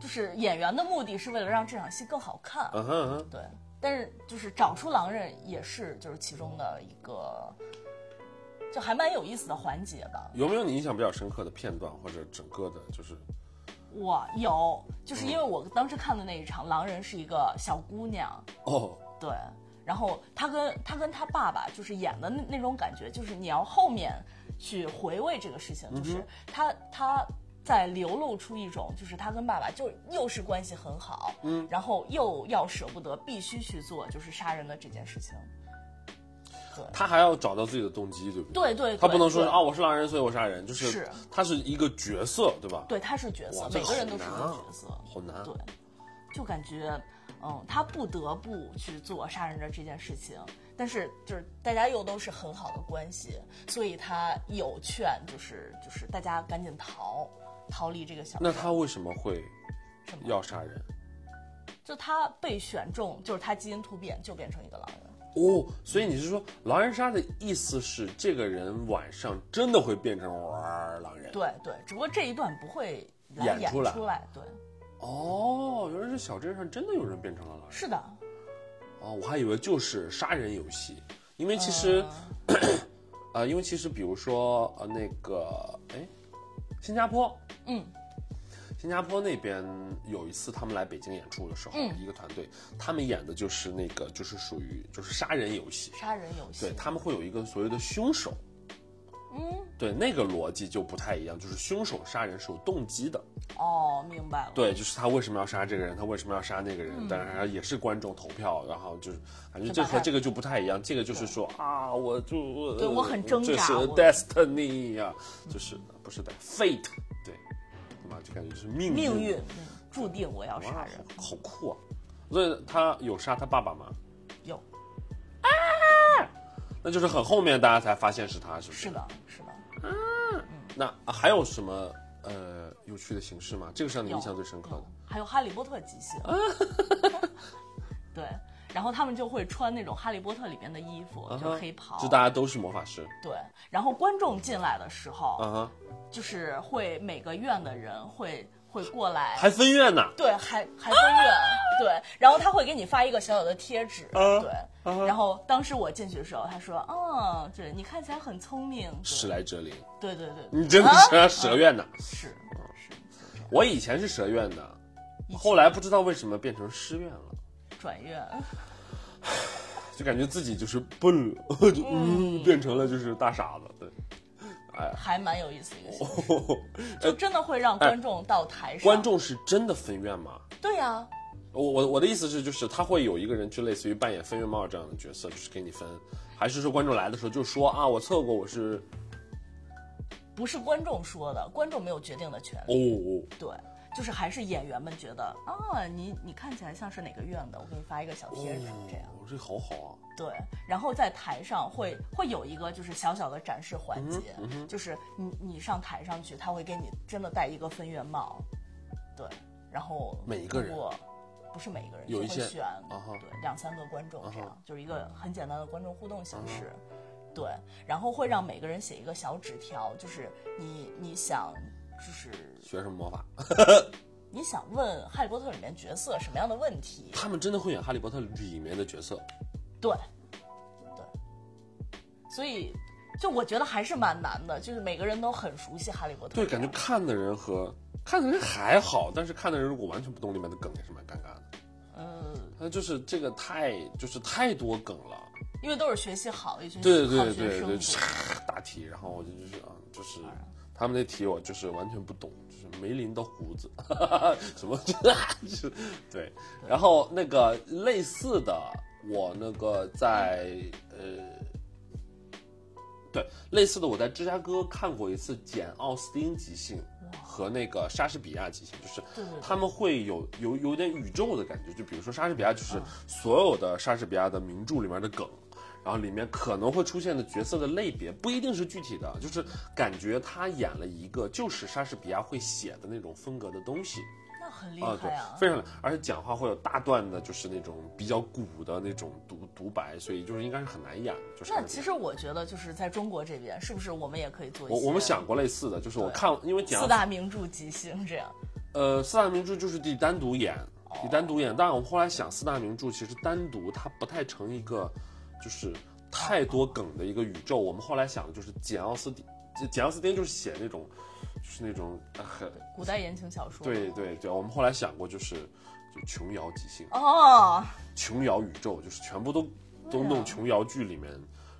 S2: 就是演员的目的是为了让这场戏更好看，
S1: 嗯哼嗯哼，
S2: 对，但是就是找出狼人也是就是其中的一个，就还蛮有意思的环节吧。
S1: 有没有你印象比较深刻的片段或者整个的，就是
S2: 我有，就是因为我当时看的那一场狼人是一个小姑娘，
S1: 哦，
S2: 对，然后她跟她跟她爸爸就是演的那那种感觉，就是你要后面去回味这个事情，就是她她。在流露出一种，就是她跟爸爸就又是关系很好，嗯，然后又要舍不得，必须去做就是杀人的这件事情，
S1: 他还要找到自己的动机，对不
S2: 对
S1: 对？
S2: 对对
S1: 他不能说
S2: 对
S1: 啊，我是狼人，所以我杀人，就是
S2: 是
S1: 他是一个角色，对吧？
S2: 对，他是角色
S1: 哇，
S2: 每
S1: 这
S2: 个
S1: 好
S2: 人都是一
S1: 难
S2: 个
S1: 啊
S2: 角色，
S1: 好难啊
S2: 对，就感觉，嗯，他不得不去做杀人的这件事情，但但是就是大家又都是很好的关系，所以他有劝就是就是大家赶紧逃，逃离这个小镇。
S1: 那他为什么会
S2: 什么
S1: 要杀人？
S2: 就他被选中，就是他基因突变就变成一个狼人。
S1: 哦，所以你是说狼人杀的意思是这个人晚上真的会变成狼人？
S2: 对对，只不过这一段不会来
S1: 演
S2: 演
S1: 出来
S2: 对，
S1: 哦，原来是小镇上真的有人变成了狼人。
S2: 是的，
S1: 哦，我还以为就是杀人游戏，因为其实， 啊、因为其实比如说呃那个，哎，新加坡，
S2: 嗯，
S1: 新加坡那边有一次他们来北京演出的时候，
S2: 嗯
S1: 一个团队，他们演的就是那个就是属于就是杀人游戏，
S2: 杀人游戏
S1: 对，他们会有一个所谓的凶手，
S2: 嗯，
S1: 对，那个逻辑就不太一样，就是凶手杀人是有动机的，
S2: 哦，明白了，
S1: 对，就是他为什么要杀这个人，他为什么要杀那个
S2: 嗯
S1: 人，当然也是观众投票，然后就是反正这和这个就不太一样，这个就是说啊，我就我
S2: 对我很挣扎
S1: 这是
S2: 我
S1: destiny 呀、就是不是的 fate，对，嘛就感觉是命
S2: 命
S1: 运
S2: 运、嗯注定我要杀
S1: 哇
S2: 人，
S1: 好酷啊！所以他有杀他爸爸吗？
S2: 有
S1: 那就是很后面大家才发现是他，是不是？
S2: 是的，是的，
S1: 那、啊还有什么呃有趣的形式吗？这个是让你
S2: 有
S1: 印象最深刻的
S2: 有。还有《哈利波特》极限， 对，然后他们就会穿那种《哈利波特》里面的衣服，
S1: 嗯
S2: 就
S1: 哼
S2: 黑袍
S1: 就，大家都是魔法师。
S2: 对，然后观众进来的时候，
S1: 啊哈，
S2: 就是会每个院的人会会过来，
S1: 还分院呢。
S2: 对，还还分院，对，然后他会给你发一个小小的贴纸，
S1: 啊
S2: 对。
S1: 啊
S2: 然后当时我进去的时候，他说：“嗯，对你看起来很聪明。
S1: 时来者灵，
S2: 对”对对对，
S1: 你真的是蛇蛇院的。
S2: 是是就这样
S1: 我以前是蛇院的，
S2: 以前
S1: 后来不知道为什么变成诗院了，
S2: 转院，
S1: 就感觉自己就是笨了， 就嗯，变成了就是大傻子。对，
S2: 还蛮有意思一个形式，
S1: 哎
S2: 就真的会让观众到台上。
S1: 观众是真的分院吗？
S2: 对啊呀、
S1: 我我我的意思是，就是他会有一个人，就类似于扮演分院帽这样的角色，就是给你分，还是说观众来的时候就说啊，我测过我是
S2: 不是观众说的，观众没有决定的权利。
S1: 哦哦
S2: 对，就是还是演员们觉得啊，你你看起来像是哪个院的，我给你发一个小贴纸这样。
S1: 哦，这好好
S2: 对，然后在台上会会有一个就是小小的展示
S1: 嗯
S2: 环节，就是你你上台上去，他会给你真的戴一个分院帽，对，然后
S1: 每一个人
S2: 通过，不是每一个人，
S1: 有
S2: 就
S1: 一
S2: 会
S1: 些啊
S2: 选、
S1: 哈
S2: 对两三个观众这样，
S1: 啊哈嗯
S2: 就是一个很简单的观众互动形式。对，然后会让每个人写一个小纸条，就是你你想就是
S1: 啊，学什么魔法？
S2: 你想问《哈利波特》里面角色什么样的问题？
S1: 他们真的会演《哈利波特》里面的角色，
S2: 对，对，所以就我觉得还是蛮难的，就是每个人都很熟悉《哈利波特》这
S1: 对，
S2: 样，
S1: 感觉看的人和看的人还好，但是看的人如果完全不懂里面的梗，也是蛮尴尬的。
S2: 呃，
S1: 那就是这个太就是太多梗了，
S2: 因为都是学习好一群
S1: 对
S2: 嗯好
S1: 对
S2: 学
S1: 对
S2: 生
S1: 对，
S2: 嘛
S1: 就是答题，然后我就就是啊，就是他们那题我就是完全不懂，就是梅林的胡子， 什么 就是对，
S2: 嗯
S1: 然后那个类似的，我那个在呃。对，类似的，我在芝加哥看过一次简奥斯汀即兴和那个莎士比亚即兴，就是
S2: 对对对
S1: 他们会有有有点宇宙的感觉，就比如说莎士比亚，就是
S2: 嗯
S1: 所有的莎士比亚的名著里面的梗，然后里面可能会出现的角色的类别不一定是具体的，就是感觉他演了一个就是莎士比亚会写的那种风格的东西
S2: 那很厉
S1: 啊，
S2: 害
S1: 对
S2: 啊，，
S1: 非常厉害，而且讲话会有大段的，就是那种比较古的那种独独白，所以就是应该是很难演的，就是莎士
S2: 那
S1: 比亚
S2: 其实我觉得，就是在中国这边，是不是我们也可以做一
S1: 我
S2: 些
S1: 我们想过类似的，就是我看，因为简
S2: 四大名著即兴这样？
S1: 呃，四大名著就是得单独演，
S2: 哦
S1: 得单独演。但我们后来想，四大名著其实单独它不太成一个，就是太多梗的一个宇宙。我们后来想的就是简奥斯汀，简奥斯汀就是写那种，就是那种呃很
S2: 古代言情小说
S1: 对对对。我们后来想过就是，就琼瑶即兴，
S2: 哦，
S1: 琼瑶宇宙就是全部都都
S2: 对啊
S1: 弄琼瑶剧里面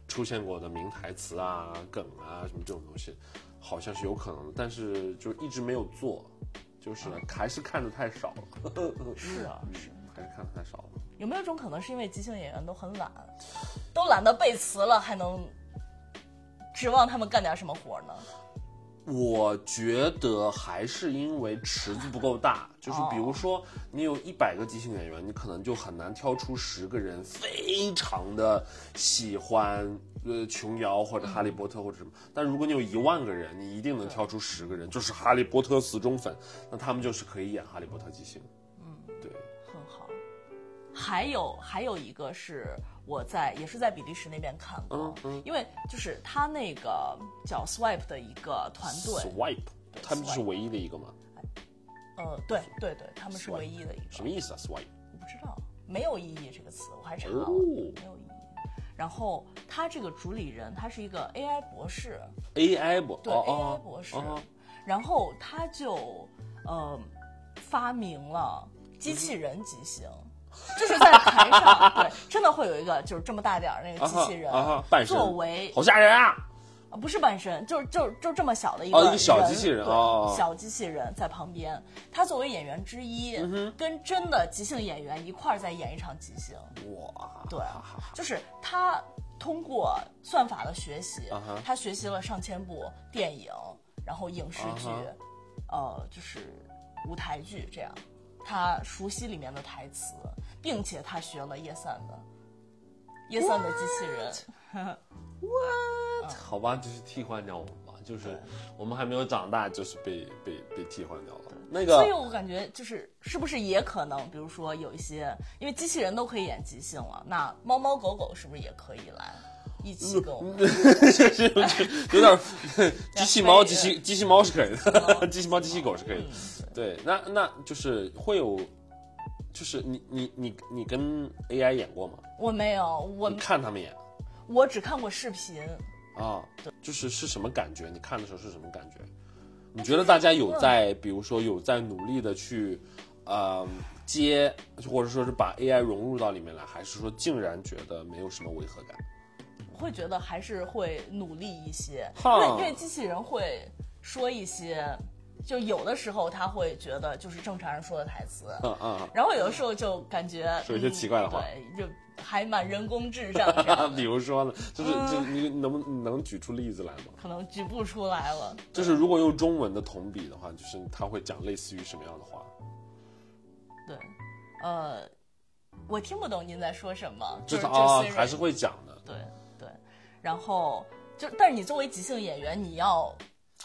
S1: 出现过的名台词啊、梗啊什么这种东西，好像是有可能的，但是就一直没有做，就是还是看的太少了。
S2: 是啊，
S1: 嗯
S2: 是。
S1: 还是看的太少了。
S2: 有没有一种可能是因为即兴演员都很懒，都懒得背词了，还能指望他们干点什么活呢？
S1: 我觉得还是因为池子不够大，就是比如说你有一百个即兴演员，你可能就很难挑出十个人非常的喜欢呃琼瑶或者哈利波特或者什么。但如果你有一万个人，你一定能挑出十个人，就是哈利波特死忠粉，那他们就是可以演哈利波特即兴。嗯，对，
S2: 很好。还有还有一个是我在也是在比利时那边看过
S1: 嗯，嗯
S2: 因为就是他那个叫 Swipe 的一个团队，
S1: ，swipe，
S2: 对
S1: 他们就是
S2: swipe
S1: 唯一的一个嘛？
S2: 呃，对对对，他们是
S1: Swipe
S2: 唯一的一个。
S1: 什么意思啊？swipe？
S2: 我不知道，没有意义这个词，我还查了，
S1: 哦
S2: 没有意义。然后他这个主理人，他是一个 AI 博士，
S1: AI 不？
S2: 对、
S1: 哦
S2: AI
S1: 哦
S2: 博士，
S1: 哦
S2: 然后他就呃发明了机器人即兴。就是在台上，对，真的会有一个就是这么大点儿那个机器人，
S1: 啊哈啊哈半身
S2: 作为
S1: 好吓人啊！
S2: 啊不是半身，就是就是就这么小的一
S1: 哦
S2: 个
S1: 一个小机器人
S2: 人，
S1: 哦哦哦
S2: 对小机器人在旁边。他作为演员之一，
S1: 嗯
S2: 跟真的即兴演员一块儿在演一场即兴，
S1: 哇，
S2: 对
S1: 哈哈哈
S2: 就是他通过算法的学习
S1: 啊哈
S2: 他学习了上千部电影，然后影视剧
S1: 啊
S2: 呃，就是舞台剧这样，他熟悉里面的台词，并且他学了叶散的叶散的机器人，
S1: 好吧，就是替换掉我们吧，就是我们还没有长大，就是被被被替换掉了。那
S2: 所以
S1: 个
S2: 我感觉就是是不是也可能，比如说有一些，因为机器人都可以演即兴了，那猫猫狗狗是不是也可以来一起跟我们？
S1: 就是有点机器猫、
S2: 对
S1: 机器机器猫是可以 的， 机器猫、机器狗是
S2: 嗯
S1: 可以的。对，那那就是会有，就是你你你你跟 AI 演过吗？
S2: 我没有，我
S1: 你看他们演
S2: 我只看过视频，
S1: 啊，就是是什么感觉？你看的时候是什么感觉？你觉得大家有在，比如说有在努力的去，呃，接或者说是把 AI 融入到里面来，还是说竟然觉得没有什么违和感？
S2: 我会觉得还是会努力一些，因
S1: 哈
S2: 为因为机器人会说一些，就有的时候他会觉得就是正常人说的台词，
S1: 嗯嗯
S2: 然后有的时候就感觉
S1: 说一些
S2: 嗯
S1: 奇怪的话
S2: 对，就还蛮人工智障这样
S1: 啊，
S2: 的
S1: 比如说呢，就是
S2: 啊
S1: 就你能不你能举出例子来吗？
S2: 可能举不出来了。
S1: 就是如果用中文的同比的话，就是他会讲类似于什么样的话？
S2: 对，呃，我听不懂您在说什么，
S1: 就
S2: 就是是
S1: 啊
S2: 就，虽
S1: 还
S2: 然
S1: 是会讲的，
S2: 对对，然后就但是你作为即兴演员，你要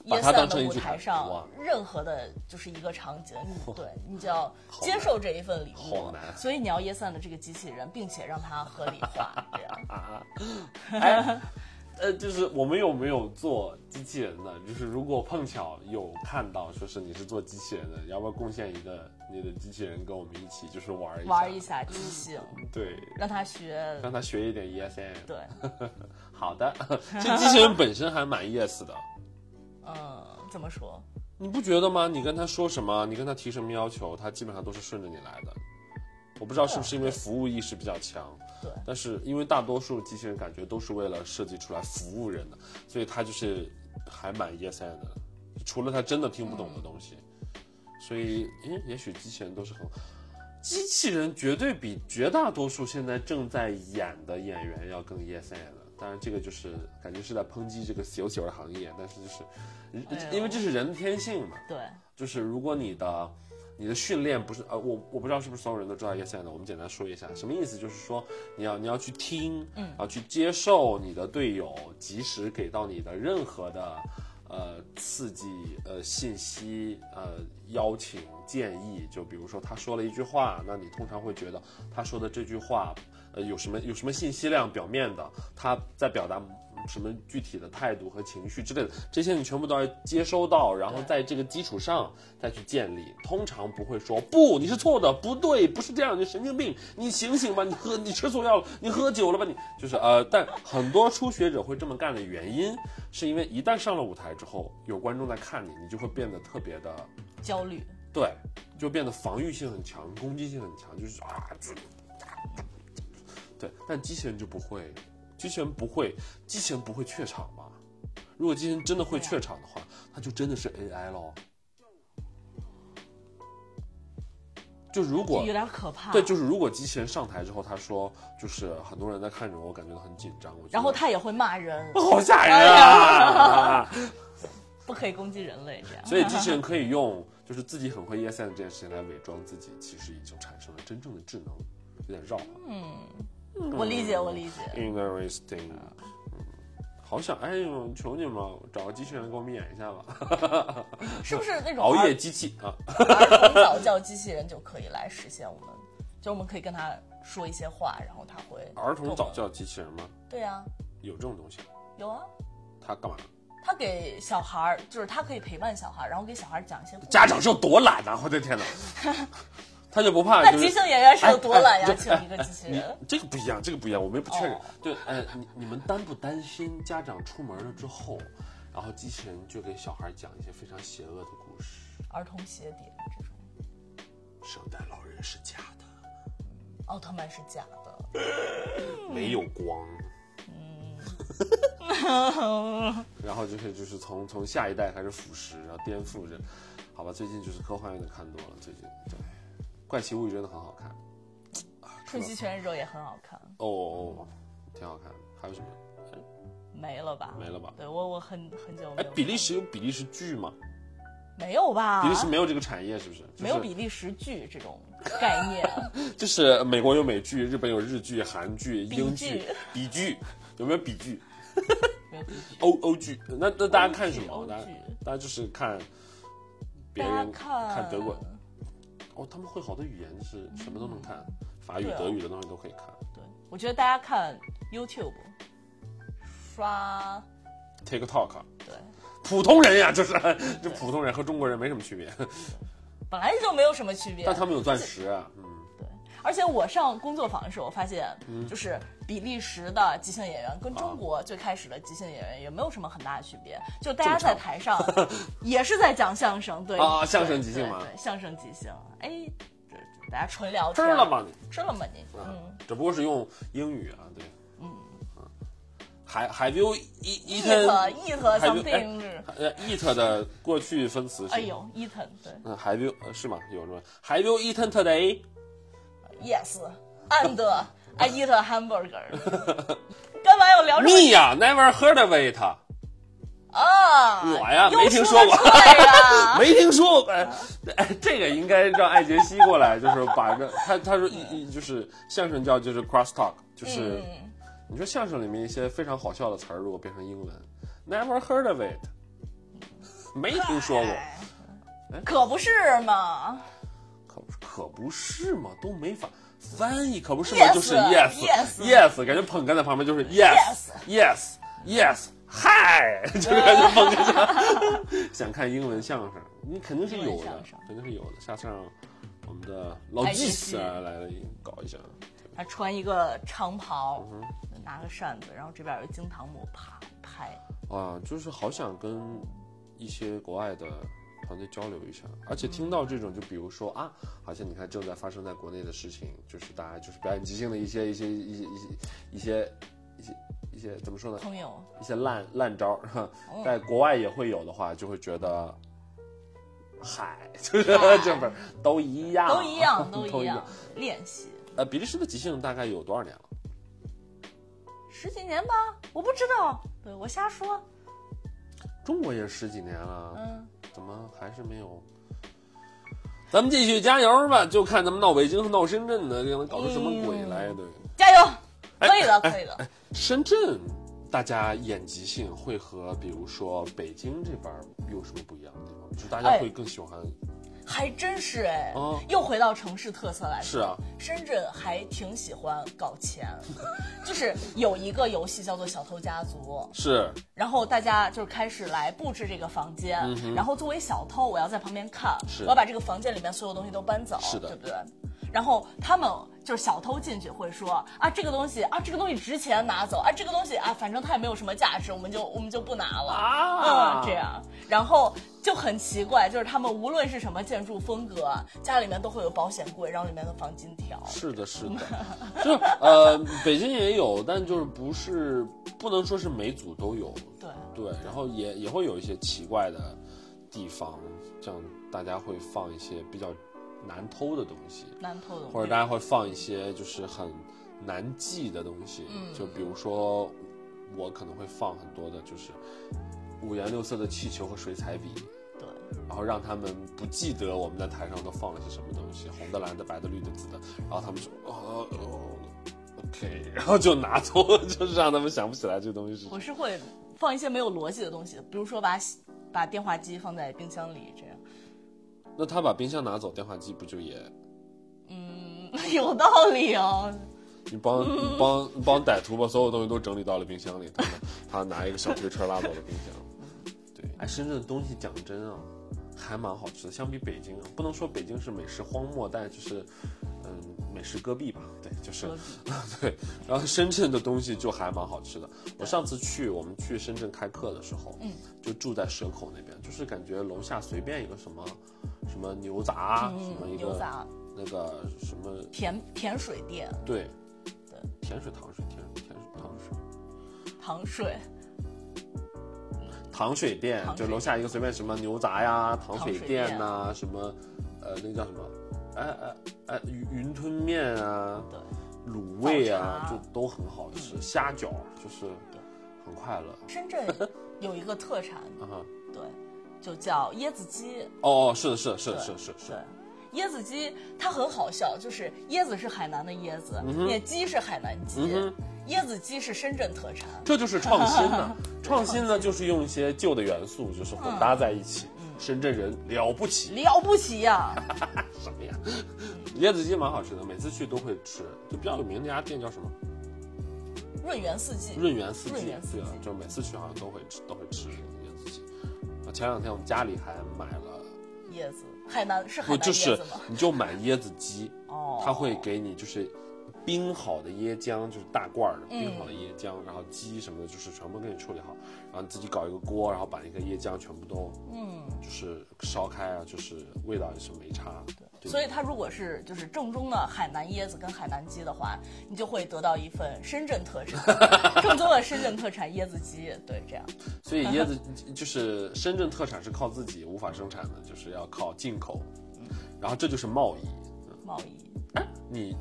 S1: 把
S2: 耶
S1: 它当
S2: 散
S1: 成
S2: 的
S1: 一
S2: 舞
S1: 句
S2: 台
S1: 台词哇
S2: 上任何的就是一个场景，你对你 就要接受这一份礼
S1: 好
S2: 物
S1: 难，
S2: 所以你要耶散的这个机器人，并且让它合理化，这样
S1: 哎，呃，就是我们有没有做机器人的？就是如果碰巧有看到说是你是做机器人的，要不要贡献一个你的机器人跟我们一起，就是玩一下
S2: 玩一下即兴，
S1: 对，
S2: 让它学
S1: 让他学一点 ESM。
S2: 对，
S1: 好的，其实机器人本身还蛮 yes 的，
S2: 嗯，怎么说？
S1: 你不觉得吗？你跟他说什么，你跟他提什么要求，他基本上都是顺着你来的。我不知道是不是因为服务意识比较强，
S2: 对
S1: 但是因为大多数机器人感觉都是为了设计出来服务人的，所以他就是还蛮 yes and 的，除了他真的听不懂的东西，所以诶，也许机器人都是很，机器人绝对比绝大多数现在正在演的演员要更 yes and 的。当然，这个就是感觉是在抨击这个 E 小小的行业，但是就是，
S2: 哎呦
S1: 因为这是人的天性嘛，
S2: 对，
S1: 就是如果你的你的训练不是呃，我我不知道是不是所有人都知道 yes and，我们简单说一下什么意思，就是说你要你要去听，嗯，要去接受你的队友及时给到你的任何的呃刺激、呃信息、呃邀请、建议。就比如说他说了一句话，那你通常会觉得他说的这句话呃有什么有什么信息量，表面的他在表达。什么具体的态度和情绪之类的，这些你全部都要接收到，然后
S2: 对
S1: 在这个基础上再去建立。通常不会说不，你是错的，不对，不是这样，你神经病，你醒醒吧，你喝你吃错药了，你喝酒了吧，你就是呃，但很多初学者会这么干的原因，是因为一旦上了舞台之后，有观众在看你，你就会变得特别的
S2: 焦虑，
S1: 对，就变得防御性很强，攻击性很强，就是啊，这对，但机器人就不会，机器人不会，机器人不会怯场嘛？如果机器人真的会怯场的话，它就真的是 AI 咯。就如果
S2: 有点可怕。
S1: 对，就是如果机器人上台之后，他说就是很多人在看着我，我感觉到很紧张，我觉
S2: 然后
S1: 得
S2: 他也会骂人，
S1: 好吓人啊！
S2: 不可以攻击人类这 样。
S1: 所以机器人可以用 就是自己很会 ESM 这件事情来伪装自己，其实已经产生了真正的智能，有点绕啊。嗯
S2: 嗯我理解，我理解。
S1: Interesting，嗯好想哎呦，求你们了，找个机器人给我们演一下 吧。
S2: 是不是那种
S1: 熬
S2: 儿
S1: 夜机器啊，
S2: 儿童早教机器人就可以来实现我们？就我们可以跟他说一些话，然后他会
S1: 儿童早
S2: 跟我
S1: 教机器人吗？
S2: 们对啊，
S1: 有这种东西？
S2: 有啊，
S1: 它干嘛？
S2: 他给小孩儿就是他可以陪伴小孩儿，然后给小孩儿讲一些故事。
S1: 家长是有多懒啊！我的天哪， 他就不怕
S2: 那
S1: 就是
S2: 即兴演员是有多懒
S1: 哎
S2: 呀？
S1: 哎
S2: 请一个机器
S1: 你
S2: 人，
S1: 这个不一样，这个不一样，我们不确认
S2: 哦。
S1: 对，哎，你你们担不担心家长出门了之后，然后机器人就给小孩讲一些非常邪恶的故事？
S2: 儿童邪典这种，
S1: 圣诞老人是假的，
S2: 奥特曼是假的。嗯
S1: 没有光。嗯 然后就是就是从从下一代开始腐蚀，然后颠覆着，好吧，最近就是科幻有点看多了，最近对，《怪奇物语》真的很好看，
S2: 瞬息全宇宙也很好看，
S1: 哦哦，哦挺好看的。还有什么？
S2: 没了吧？
S1: 没了吧
S2: 对我我很很久没
S1: 哎
S2: 有，
S1: 比利时有比利时剧吗？
S2: 没有吧？
S1: 比利时没有这个产业，是不是？就是
S2: 啊没有比利时剧这种概念，
S1: 就是美国有美剧，日本有日剧、韩剧、英剧
S2: 剧、
S1: 比剧，有没有比剧？
S2: 没有比利时
S1: 欧欧剧？那那 大家看什
S2: 欧
S1: 么？
S2: 剧
S1: 大
S2: 欧
S1: 家
S2: 剧
S1: 大家就是看别
S2: 大
S1: 人
S2: 家看
S1: 看德国哦，他们会好多语言，就是什么都能看，法语、
S2: 对啊
S1: 德语的东西都可以看。
S2: 对，我觉得大家看 YouTube，刷
S1: TikTok，
S2: 对，
S1: 普通人呀，就是这普通人和中国人没什么区别，
S2: 啊本来就没有什么区别。
S1: 但他们有钻石啊，嗯，
S2: 对，而且我上工作坊的时候，我发现就是比利时的即兴演员跟中国最开始的即兴演员也没有什么很大的区
S1: 啊
S2: 别，就大家在台上也是在讲相声，对
S1: 啊相
S2: 对
S1: 声即兴嘛
S2: 对，对相声即兴，哎，这这大家纯聊
S1: 吃
S2: 天
S1: 了？吗你？
S2: 吃了吗你？嗯，
S1: 嗯，只不过是用英语啊，对，嗯还还 have you
S2: e
S1: eat
S2: a t eat
S1: have you-
S2: something，是
S1: 呃，eat 的过去分词是，
S2: 哎，呦，eaten 对
S1: 嗯，have you 呃是吗？有什么？Have you eaten today？
S2: ，yes，and I eat a hamburger，干嘛要聊这
S1: 你
S2: 么
S1: 呀，never heard of it，
S2: 啊？
S1: 我呀
S2: 又
S1: 没听
S2: 说啊
S1: 说过
S2: 对呀，
S1: 没听说过。哎，哎这个应该让艾杰西过来，就是把这他他说一一就是相声叫就是 cross talk，就是
S2: 嗯
S1: 你说相声里面一些非常好笑的词儿，如果变成英文，never heard of it，没听说过。
S2: 哎可不是嘛
S1: 可不是可不是嘛，都没法翻译，可不是嘛
S2: Yes，
S1: 就是 yes
S2: yes
S1: yes，感觉捧哏在旁边就是 yes yes yes，嗨， 就是感觉捧哏在想看英文相声，你肯定是有
S2: 英
S1: 的
S2: 文相声，
S1: 肯定是有的。下次让我们的老
S2: 哎
S1: 祭
S2: 也
S1: 司
S2: 是
S1: 啊来搞一下，
S2: 他穿一个长袍，拿个扇子，然后这边有一惊堂木，啪拍。
S1: 啊，就是好想跟一些国外的团队交流一下，而且听到这种，就比如说啊，好像你看正在发生在国内的事情，就是大家就是表演即兴的一些一些一些一些一些一些一些怎么说呢？
S2: 朋友，
S1: 一些烂烂招儿，呵
S2: 哦
S1: 在国外也会有的话，就会觉得，嗨， 就是
S2: 嗨
S1: 这不是都一样，
S2: 都一样，都
S1: 啊 都
S2: 一样。练习
S1: 呃，比利时的即兴大概有多少年了？
S2: 十几年吧，我不知道，对我瞎说。
S1: 中国也十几年了，
S2: 嗯，
S1: 怎么还是没有？咱们继续加油吧，就看咱们闹北京和闹深圳的，这能搞出什么鬼来？对，
S2: 加油，
S1: 哎
S2: 可以的，可以的。
S1: 深圳大家演即兴会和比如说北京这边儿有什么不一样的地方？就是大家
S2: 哎
S1: 会更喜欢，
S2: 还真是哎
S1: 哦，
S2: 又回到城市特色来
S1: 是
S2: 说，
S1: 啊，
S2: 深圳还挺喜欢搞钱， 就是有一个游戏叫做《小偷家族》，
S1: 是
S2: 然后大家就是开始来布置这个房间，然后作为小偷，我要在旁边看，
S1: 嗯是
S2: 我要把这个房间里面所有东西都搬走，
S1: 是的
S2: 对不对？然后他们就是小偷进去会说啊，这个东西啊，这个东西值钱，拿走啊，这个东西啊，反正它也没有什么价值，我们就我们就不拿了
S1: 啊
S2: 嗯，这样，然后就很奇怪，就是他们无论是什么建筑风格，家里面都会有保险柜，然后里面的放金条，
S1: 是的，是的，就是呃，北京也有，但就是不是不能说是每组都有，
S2: 对，
S1: 对，然后也也会有一些奇怪的地方，这样大家会放一些比较难偷的东西，
S2: 难偷的东西，
S1: 或者大家会放一些就是很难记的东西，就比如说我可能会放很多的，就是五颜六色的气球和水彩笔，
S2: 对，
S1: 然后让他们不记得我们在台上都放了些什么东西，红的、蓝的、白的、绿的、紫的，然后他们就哦哦，OK，然后就拿走， 就是让他们想不起来这东西是什
S2: 我
S1: 么。
S2: 是会放一些没有逻辑的东西的，比如说把把电话机放在冰箱里这样。
S1: 那他把冰箱拿走，电话机不就也？
S2: 嗯， 有道理哦。
S1: 你帮你帮你帮歹徒把所有东西都整理到了冰箱里，他他拿一个小推车拉走了冰箱。对，哎，深圳的东西讲真啊，还蛮好吃的，相比北京啊，不能说北京是美食荒漠，但就是嗯美食戈壁吧，对，就是
S2: 说
S1: 对。然后深圳的东西就还蛮好吃的。我上次去我们去深圳开课的时候，
S2: 嗯，
S1: 就住在蛇口那边，就是感觉楼下随便一个什么什么牛杂，啊什么
S2: 嗯，
S1: 一
S2: 牛
S1: 个
S2: 杂
S1: 那个什么
S2: 甜甜水店，
S1: 对，
S2: 对，
S1: 甜水糖水甜水甜水糖水
S2: 糖水，
S1: 糖水店，
S2: 糖水
S1: 就
S2: 店
S1: 楼下一个随便什么牛杂呀、糖
S2: 糖
S1: 水
S2: 水
S1: 店
S2: 店
S1: 呐、什么呃那个叫什么，哎哎哎云云吞面啊、
S2: 对，
S1: 卤味啊，
S2: 早茶嗯
S1: 就都很好吃，虾饺就是
S2: 对
S1: 很快乐
S2: 深圳有一个特产，
S1: 啊哈。
S2: 对，就叫椰子鸡，
S1: 哦哦，是的，是的，是的，
S2: 对
S1: 是的是的是
S2: 对
S1: 的。。
S2: 椰子鸡它很好笑，就是椰子是海南的椰子，那鸡是海南鸡，
S1: 嗯
S2: 椰子鸡是深圳特产。
S1: 这就是创新 呢。创新呢，就是用一些旧的元素，就是混搭在一起。
S2: 嗯
S1: 深圳人了不起，
S2: 了不起 呀、
S1: 什么呀？椰子鸡蛮好吃的，每次去都会吃。就比较有名那家店叫什么？
S2: 润园四季，
S1: 润园四季，
S2: 润园四季
S1: 对啊，就每次去好像都会吃，都会吃椰子鸡。啊，前两天我们家里还买了，
S2: 椰子，海南是海
S1: 不
S2: 南
S1: 就是
S2: 椰子吗？
S1: 你就买椰子鸡，
S2: 哦，
S1: 它会给你就是冰好的椰浆，就是大罐儿的冰
S2: 嗯
S1: 好的椰浆，然后鸡什么的，就是全部给你处理好，然后你自己搞一个锅，然后把那个椰浆全部都
S2: 嗯。
S1: 就是烧开啊，就是味道也是没差。对
S2: 所以它如果是就是正宗的海南椰子跟海南鸡的话，你就会得到一份深圳特 产，正宗的深圳特产椰子鸡。对，这样
S1: 所以椰子就是深圳特产是靠自己无法生产的，就是要靠进口，
S2: 嗯
S1: 然后这就是贸易。
S2: 贸易。
S1: 你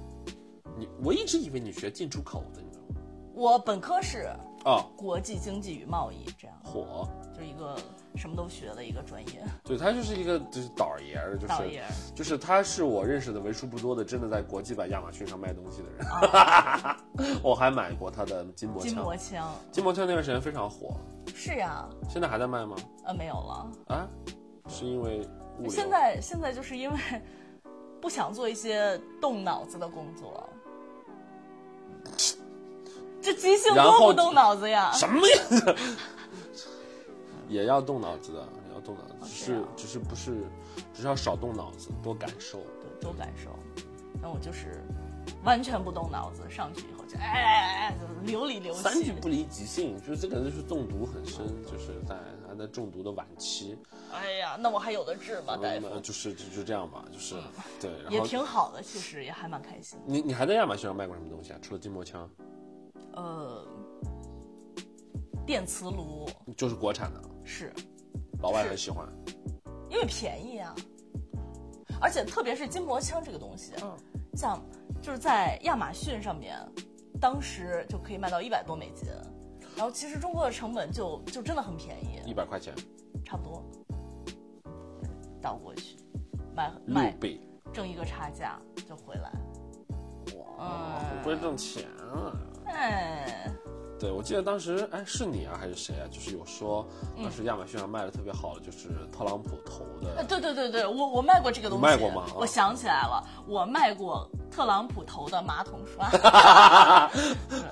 S1: 你我一直以为你学进出口的，你知道吗？
S2: 我本科是
S1: 啊、
S2: 国际经济与贸易，这样
S1: 火，
S2: 就是一个什么都学的一个专业。
S1: 对，他就是一个就是倒爷儿，就
S2: 导
S1: 是
S2: 爷
S1: 就是他是我认识的为数不多的真的在国际版亚马逊上卖东西的人。
S2: 啊
S1: 我还买过他的筋膜
S2: 筋
S1: 枪，
S2: 膜枪
S1: 筋膜枪那段时间非常火，
S2: 是呀、
S1: 现在还在卖吗？
S2: 呃，没有了。
S1: 啊，是因为物流
S2: 现在现在就是因为不想做一些动脑子的工作，这即兴
S1: 然
S2: 多
S1: 后
S2: 不动脑子 呀！
S1: 什么呀？ 也要动脑子的，也要动脑子，只
S2: 这
S1: 是
S2: 样
S1: 只是不是，只是要少动脑子，多感受。
S2: 对，多感受。但我就是完全不动脑子，上去以后就哎哎哎，就是流里流
S1: 三句
S2: 气。
S1: 不离即兴，就是这个人就是中毒很深，就是在还在中毒的晚期，
S2: 哎呀，那我还有的治吗，大
S1: 嗯
S2: 夫？
S1: 呃就是就就这样吧，就是对，
S2: 也
S1: 然后
S2: 挺好的，其实也还蛮开心的。
S1: 你你还在亚马逊上卖过什么东西啊？除了筋膜枪，
S2: 呃，电磁炉
S1: 就是国产的，
S2: 是
S1: 老外很喜欢。
S2: 因为便宜啊，而且特别是筋膜枪这个东西，
S1: 嗯
S2: 像就是在亚马逊上面，当时就可以卖到一百多美金，然后其实中国的成本就就真的很便宜，
S1: 一百块钱
S2: 差不多，倒过去买
S1: 六
S2: 买
S1: 倍，
S2: 挣一个差价就回来，嗯
S1: 哇，很会挣钱啊！
S2: 哎，
S1: 对，我记得当时，哎，是你啊还是谁啊？就是有说
S2: 嗯
S1: 当时亚马逊上卖的特别好的，就是特朗普投
S2: 呃
S1: 的，
S2: 对对对对，我我卖过这个东西，
S1: 你卖过吗啊
S2: 我想起来了，我卖过特朗普头的马桶刷。对对，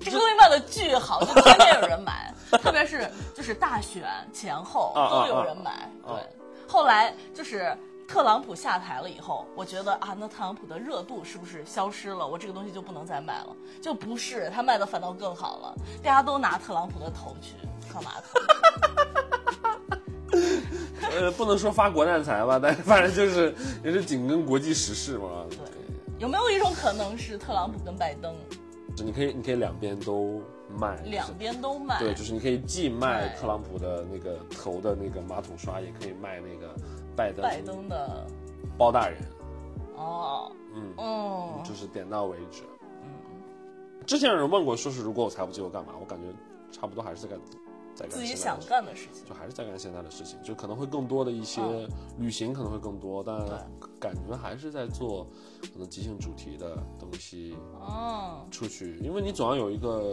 S2: 这个东西卖的巨好，就天天有 人买，特别是就是大选前后
S1: 啊啊
S2: 都有人买。
S1: 啊啊
S2: 对，后来就是。特朗普下台了以后，我觉得啊，那特朗普的热度是不是消失了？我这个东西就不能再卖了？就不是，他卖的反倒更好了，大家都拿特朗普的头去刷马桶。
S1: 呃，不能说发国难财吧，但是反正 就是也是紧跟国际时事嘛。
S2: 对有没有一种可能是特朗普跟拜登
S1: 对，你可以你可以两边都卖，就是
S2: 两边都卖，
S1: 对，就是你可以既卖
S2: 卖
S1: 特朗普的那个头的那个马桶刷，也可以卖那个拜登
S2: 拜登的
S1: 包大人，
S2: 哦，
S1: 嗯
S2: 哦，
S1: 就是点到为止。
S2: 嗯
S1: 嗯，之前有人问过，说是如果我财不济，我干嘛？我感觉差不多还是在干在干
S2: 自己
S1: 现在的
S2: 想
S1: 事
S2: 干的事情。
S1: 就还是在干现在的事情，就可能会更多的一些
S2: 嗯
S1: 旅行，可能会更多，但感觉还是在做可能即兴主题的东西
S2: 嗯，
S1: 出去，因为你总要有一个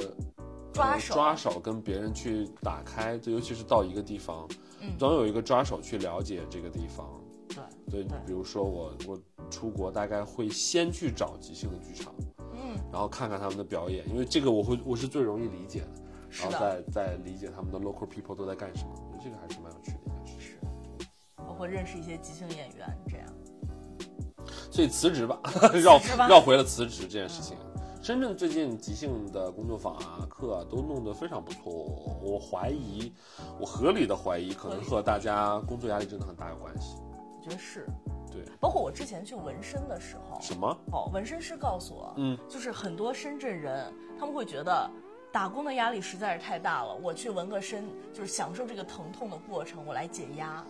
S2: 抓
S1: 呃
S2: 手
S1: 抓手跟别人去打开，就尤其是到一个地方，
S2: 嗯
S1: 总要有一个抓手去了解这个地方。
S2: 对，
S1: 对，
S2: 对
S1: 比如说我我出国大概会先去找即兴的剧场，
S2: 嗯，
S1: 然后看看他们的表演，因为这个我会我是最容易理解的，
S2: 是
S1: 然后
S2: 的，
S1: 再再理解他们的 local people 都在干什么，我觉得这个还是蛮有趣的一件事情。
S2: 是。我会认识一些即兴演员，这样。
S1: 所以辞职吧，绕
S2: 辞职吧
S1: 绕回了辞职这件事情。深圳最近即兴的工作坊啊、课啊都弄得非常不错，我怀疑，我合理的怀疑，可能和大家工作压力真的很大有关系。
S2: 我觉得是，
S1: 对，
S2: 包括我之前去纹身的时候，
S1: 什么？
S2: 哦，纹身师告诉我，
S1: 嗯，
S2: 就是很多深圳人他们会觉得打工的压力实在是太大了，我去纹个身就是享受这个疼痛的过程，我来解压，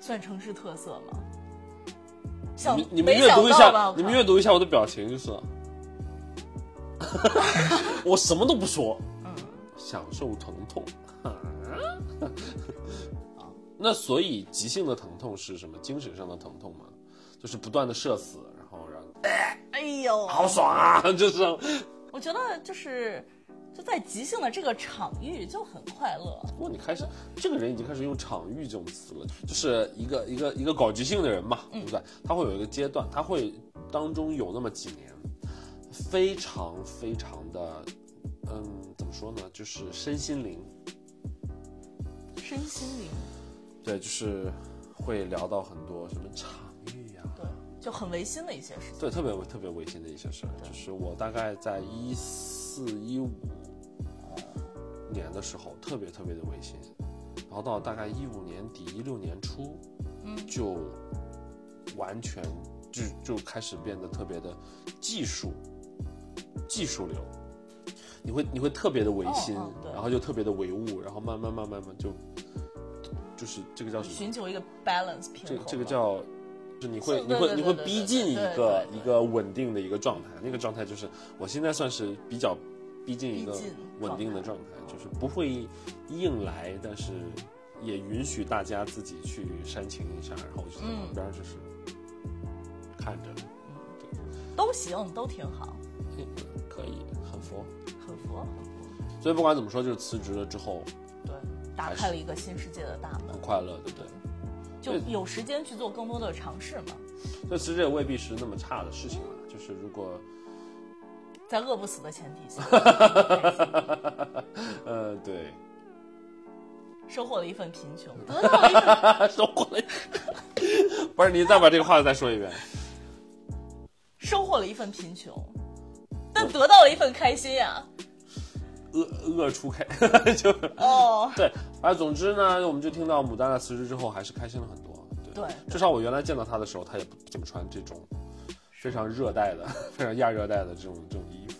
S2: 算城市特色吗？想
S1: 你你们
S2: 哦没
S1: 阅
S2: 想
S1: 读一
S2: 到吧
S1: 下
S2: 我，
S1: 你们
S2: 靠
S1: 阅读一下我的表情就是 了，我什么都不说，
S2: 嗯，
S1: 享受疼痛。啊那所以急性的疼痛是什么？精神上的疼痛吗？就是不断的社死，然后让
S2: 哎呦，
S1: 好爽啊！ 就是
S2: 我觉得就是就在即兴的这个场域就很快乐，
S1: 不过你开始，这个人已经开始用“场域”这种词了，就是一个一个一个搞即兴的人嘛，对不对？他会有一个阶段，他会当中有那么几年，非常非常的，嗯，怎么说呢？就是身心灵，
S2: 身心灵
S1: 对，就是会聊到很多什么场域呀、啊
S2: 对，就很违心的一些事情。
S1: 对，特别特别违心的一些事儿，
S2: 对
S1: 就是我大概在一四一五年的时候，特别特别的违心，然后到大概一五年底一六年初，
S2: 嗯
S1: 就完全就就开始变得特别的技术技术流，你会你会特别的违心，
S2: 哦哦对
S1: 然后就特别的唯物，然后慢慢慢慢慢就就是这个叫什么？
S2: 寻求一个 balance 平
S1: 这
S2: 衡
S1: 个
S2: 吧，
S1: 这个叫，就是你会
S2: 对
S1: 你
S2: 对
S1: 会
S2: 对
S1: 你会
S2: 对对
S1: 逼近一
S2: 对
S1: 个
S2: 对对
S1: 一个稳定的一个状态，那个状态就是我现在算是比较逼近一个
S2: 逼近
S1: 稳定的状态，就是不会硬来，但是也允许大家自己去煽情一下，然后我就在
S2: 嗯
S1: 旁边就是看着，
S2: 都行，都挺好，
S1: 嗯，可以，很佛。
S2: 很佛很佛。
S1: 所以不管怎么说，就是辞职了之后
S2: 对，打开了一个新世界的大门
S1: 很，快乐，对不哎对？
S2: 就有时间去做更多的尝试嘛。
S1: 所以辞职也未必是那么差的事情啊，就是如果。
S2: 在饿不死的前 提下，
S1: 呃，对，
S2: 收获了一份贫穷，得到了一份
S1: 收获了，不是你再把这个话再说一遍。
S2: 收获了一份贫穷，但得到了一份开心 呀、
S1: 恶恶初开，就
S2: 哦，
S1: 对，反正总之呢，我们就听到牡丹在辞职之后还是开心了很多。对，
S2: 对，
S1: 至少我原来见到她的时候，她也不怎么穿这种非常热带的、 非常亚热带的这种这种衣服。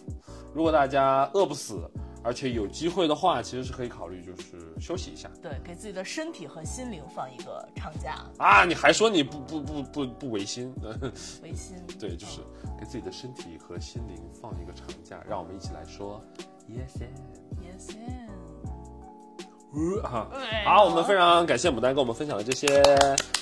S1: 如果大家饿不死，而且有机会的话，其实是可以考虑就是休息一下
S2: 对，给自己的身体和心灵放一个长假，
S1: 啊。你还说你不不不不不违心，
S2: 维新。
S1: 对，
S2: 哦
S1: 就是给自己的身体和心灵放一个长假。让我们一起来说 yes and。
S2: Yes and
S1: 嗯哈
S2: 对
S1: 好，我们非常感谢牡丹跟我们分享的这些，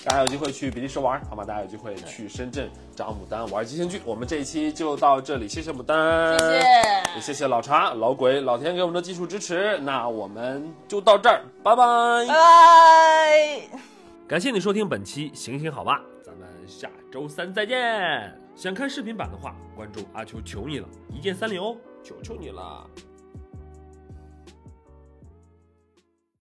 S1: 大家有机会去比利时玩，好吗？大家有机会去深圳找牡丹玩即兴剧。我们这一期就到这里，谢谢牡丹，
S2: 谢谢
S1: 哎也谢谢老茶、老鬼、老田给我们的技术支持。那我们就到这儿，拜拜
S2: 拜。拜。
S1: 感谢你收听本期《行行好吧》，咱们下周三再见。想看视频版的话，关注阿秋求你了，一键三连哦，求求你了。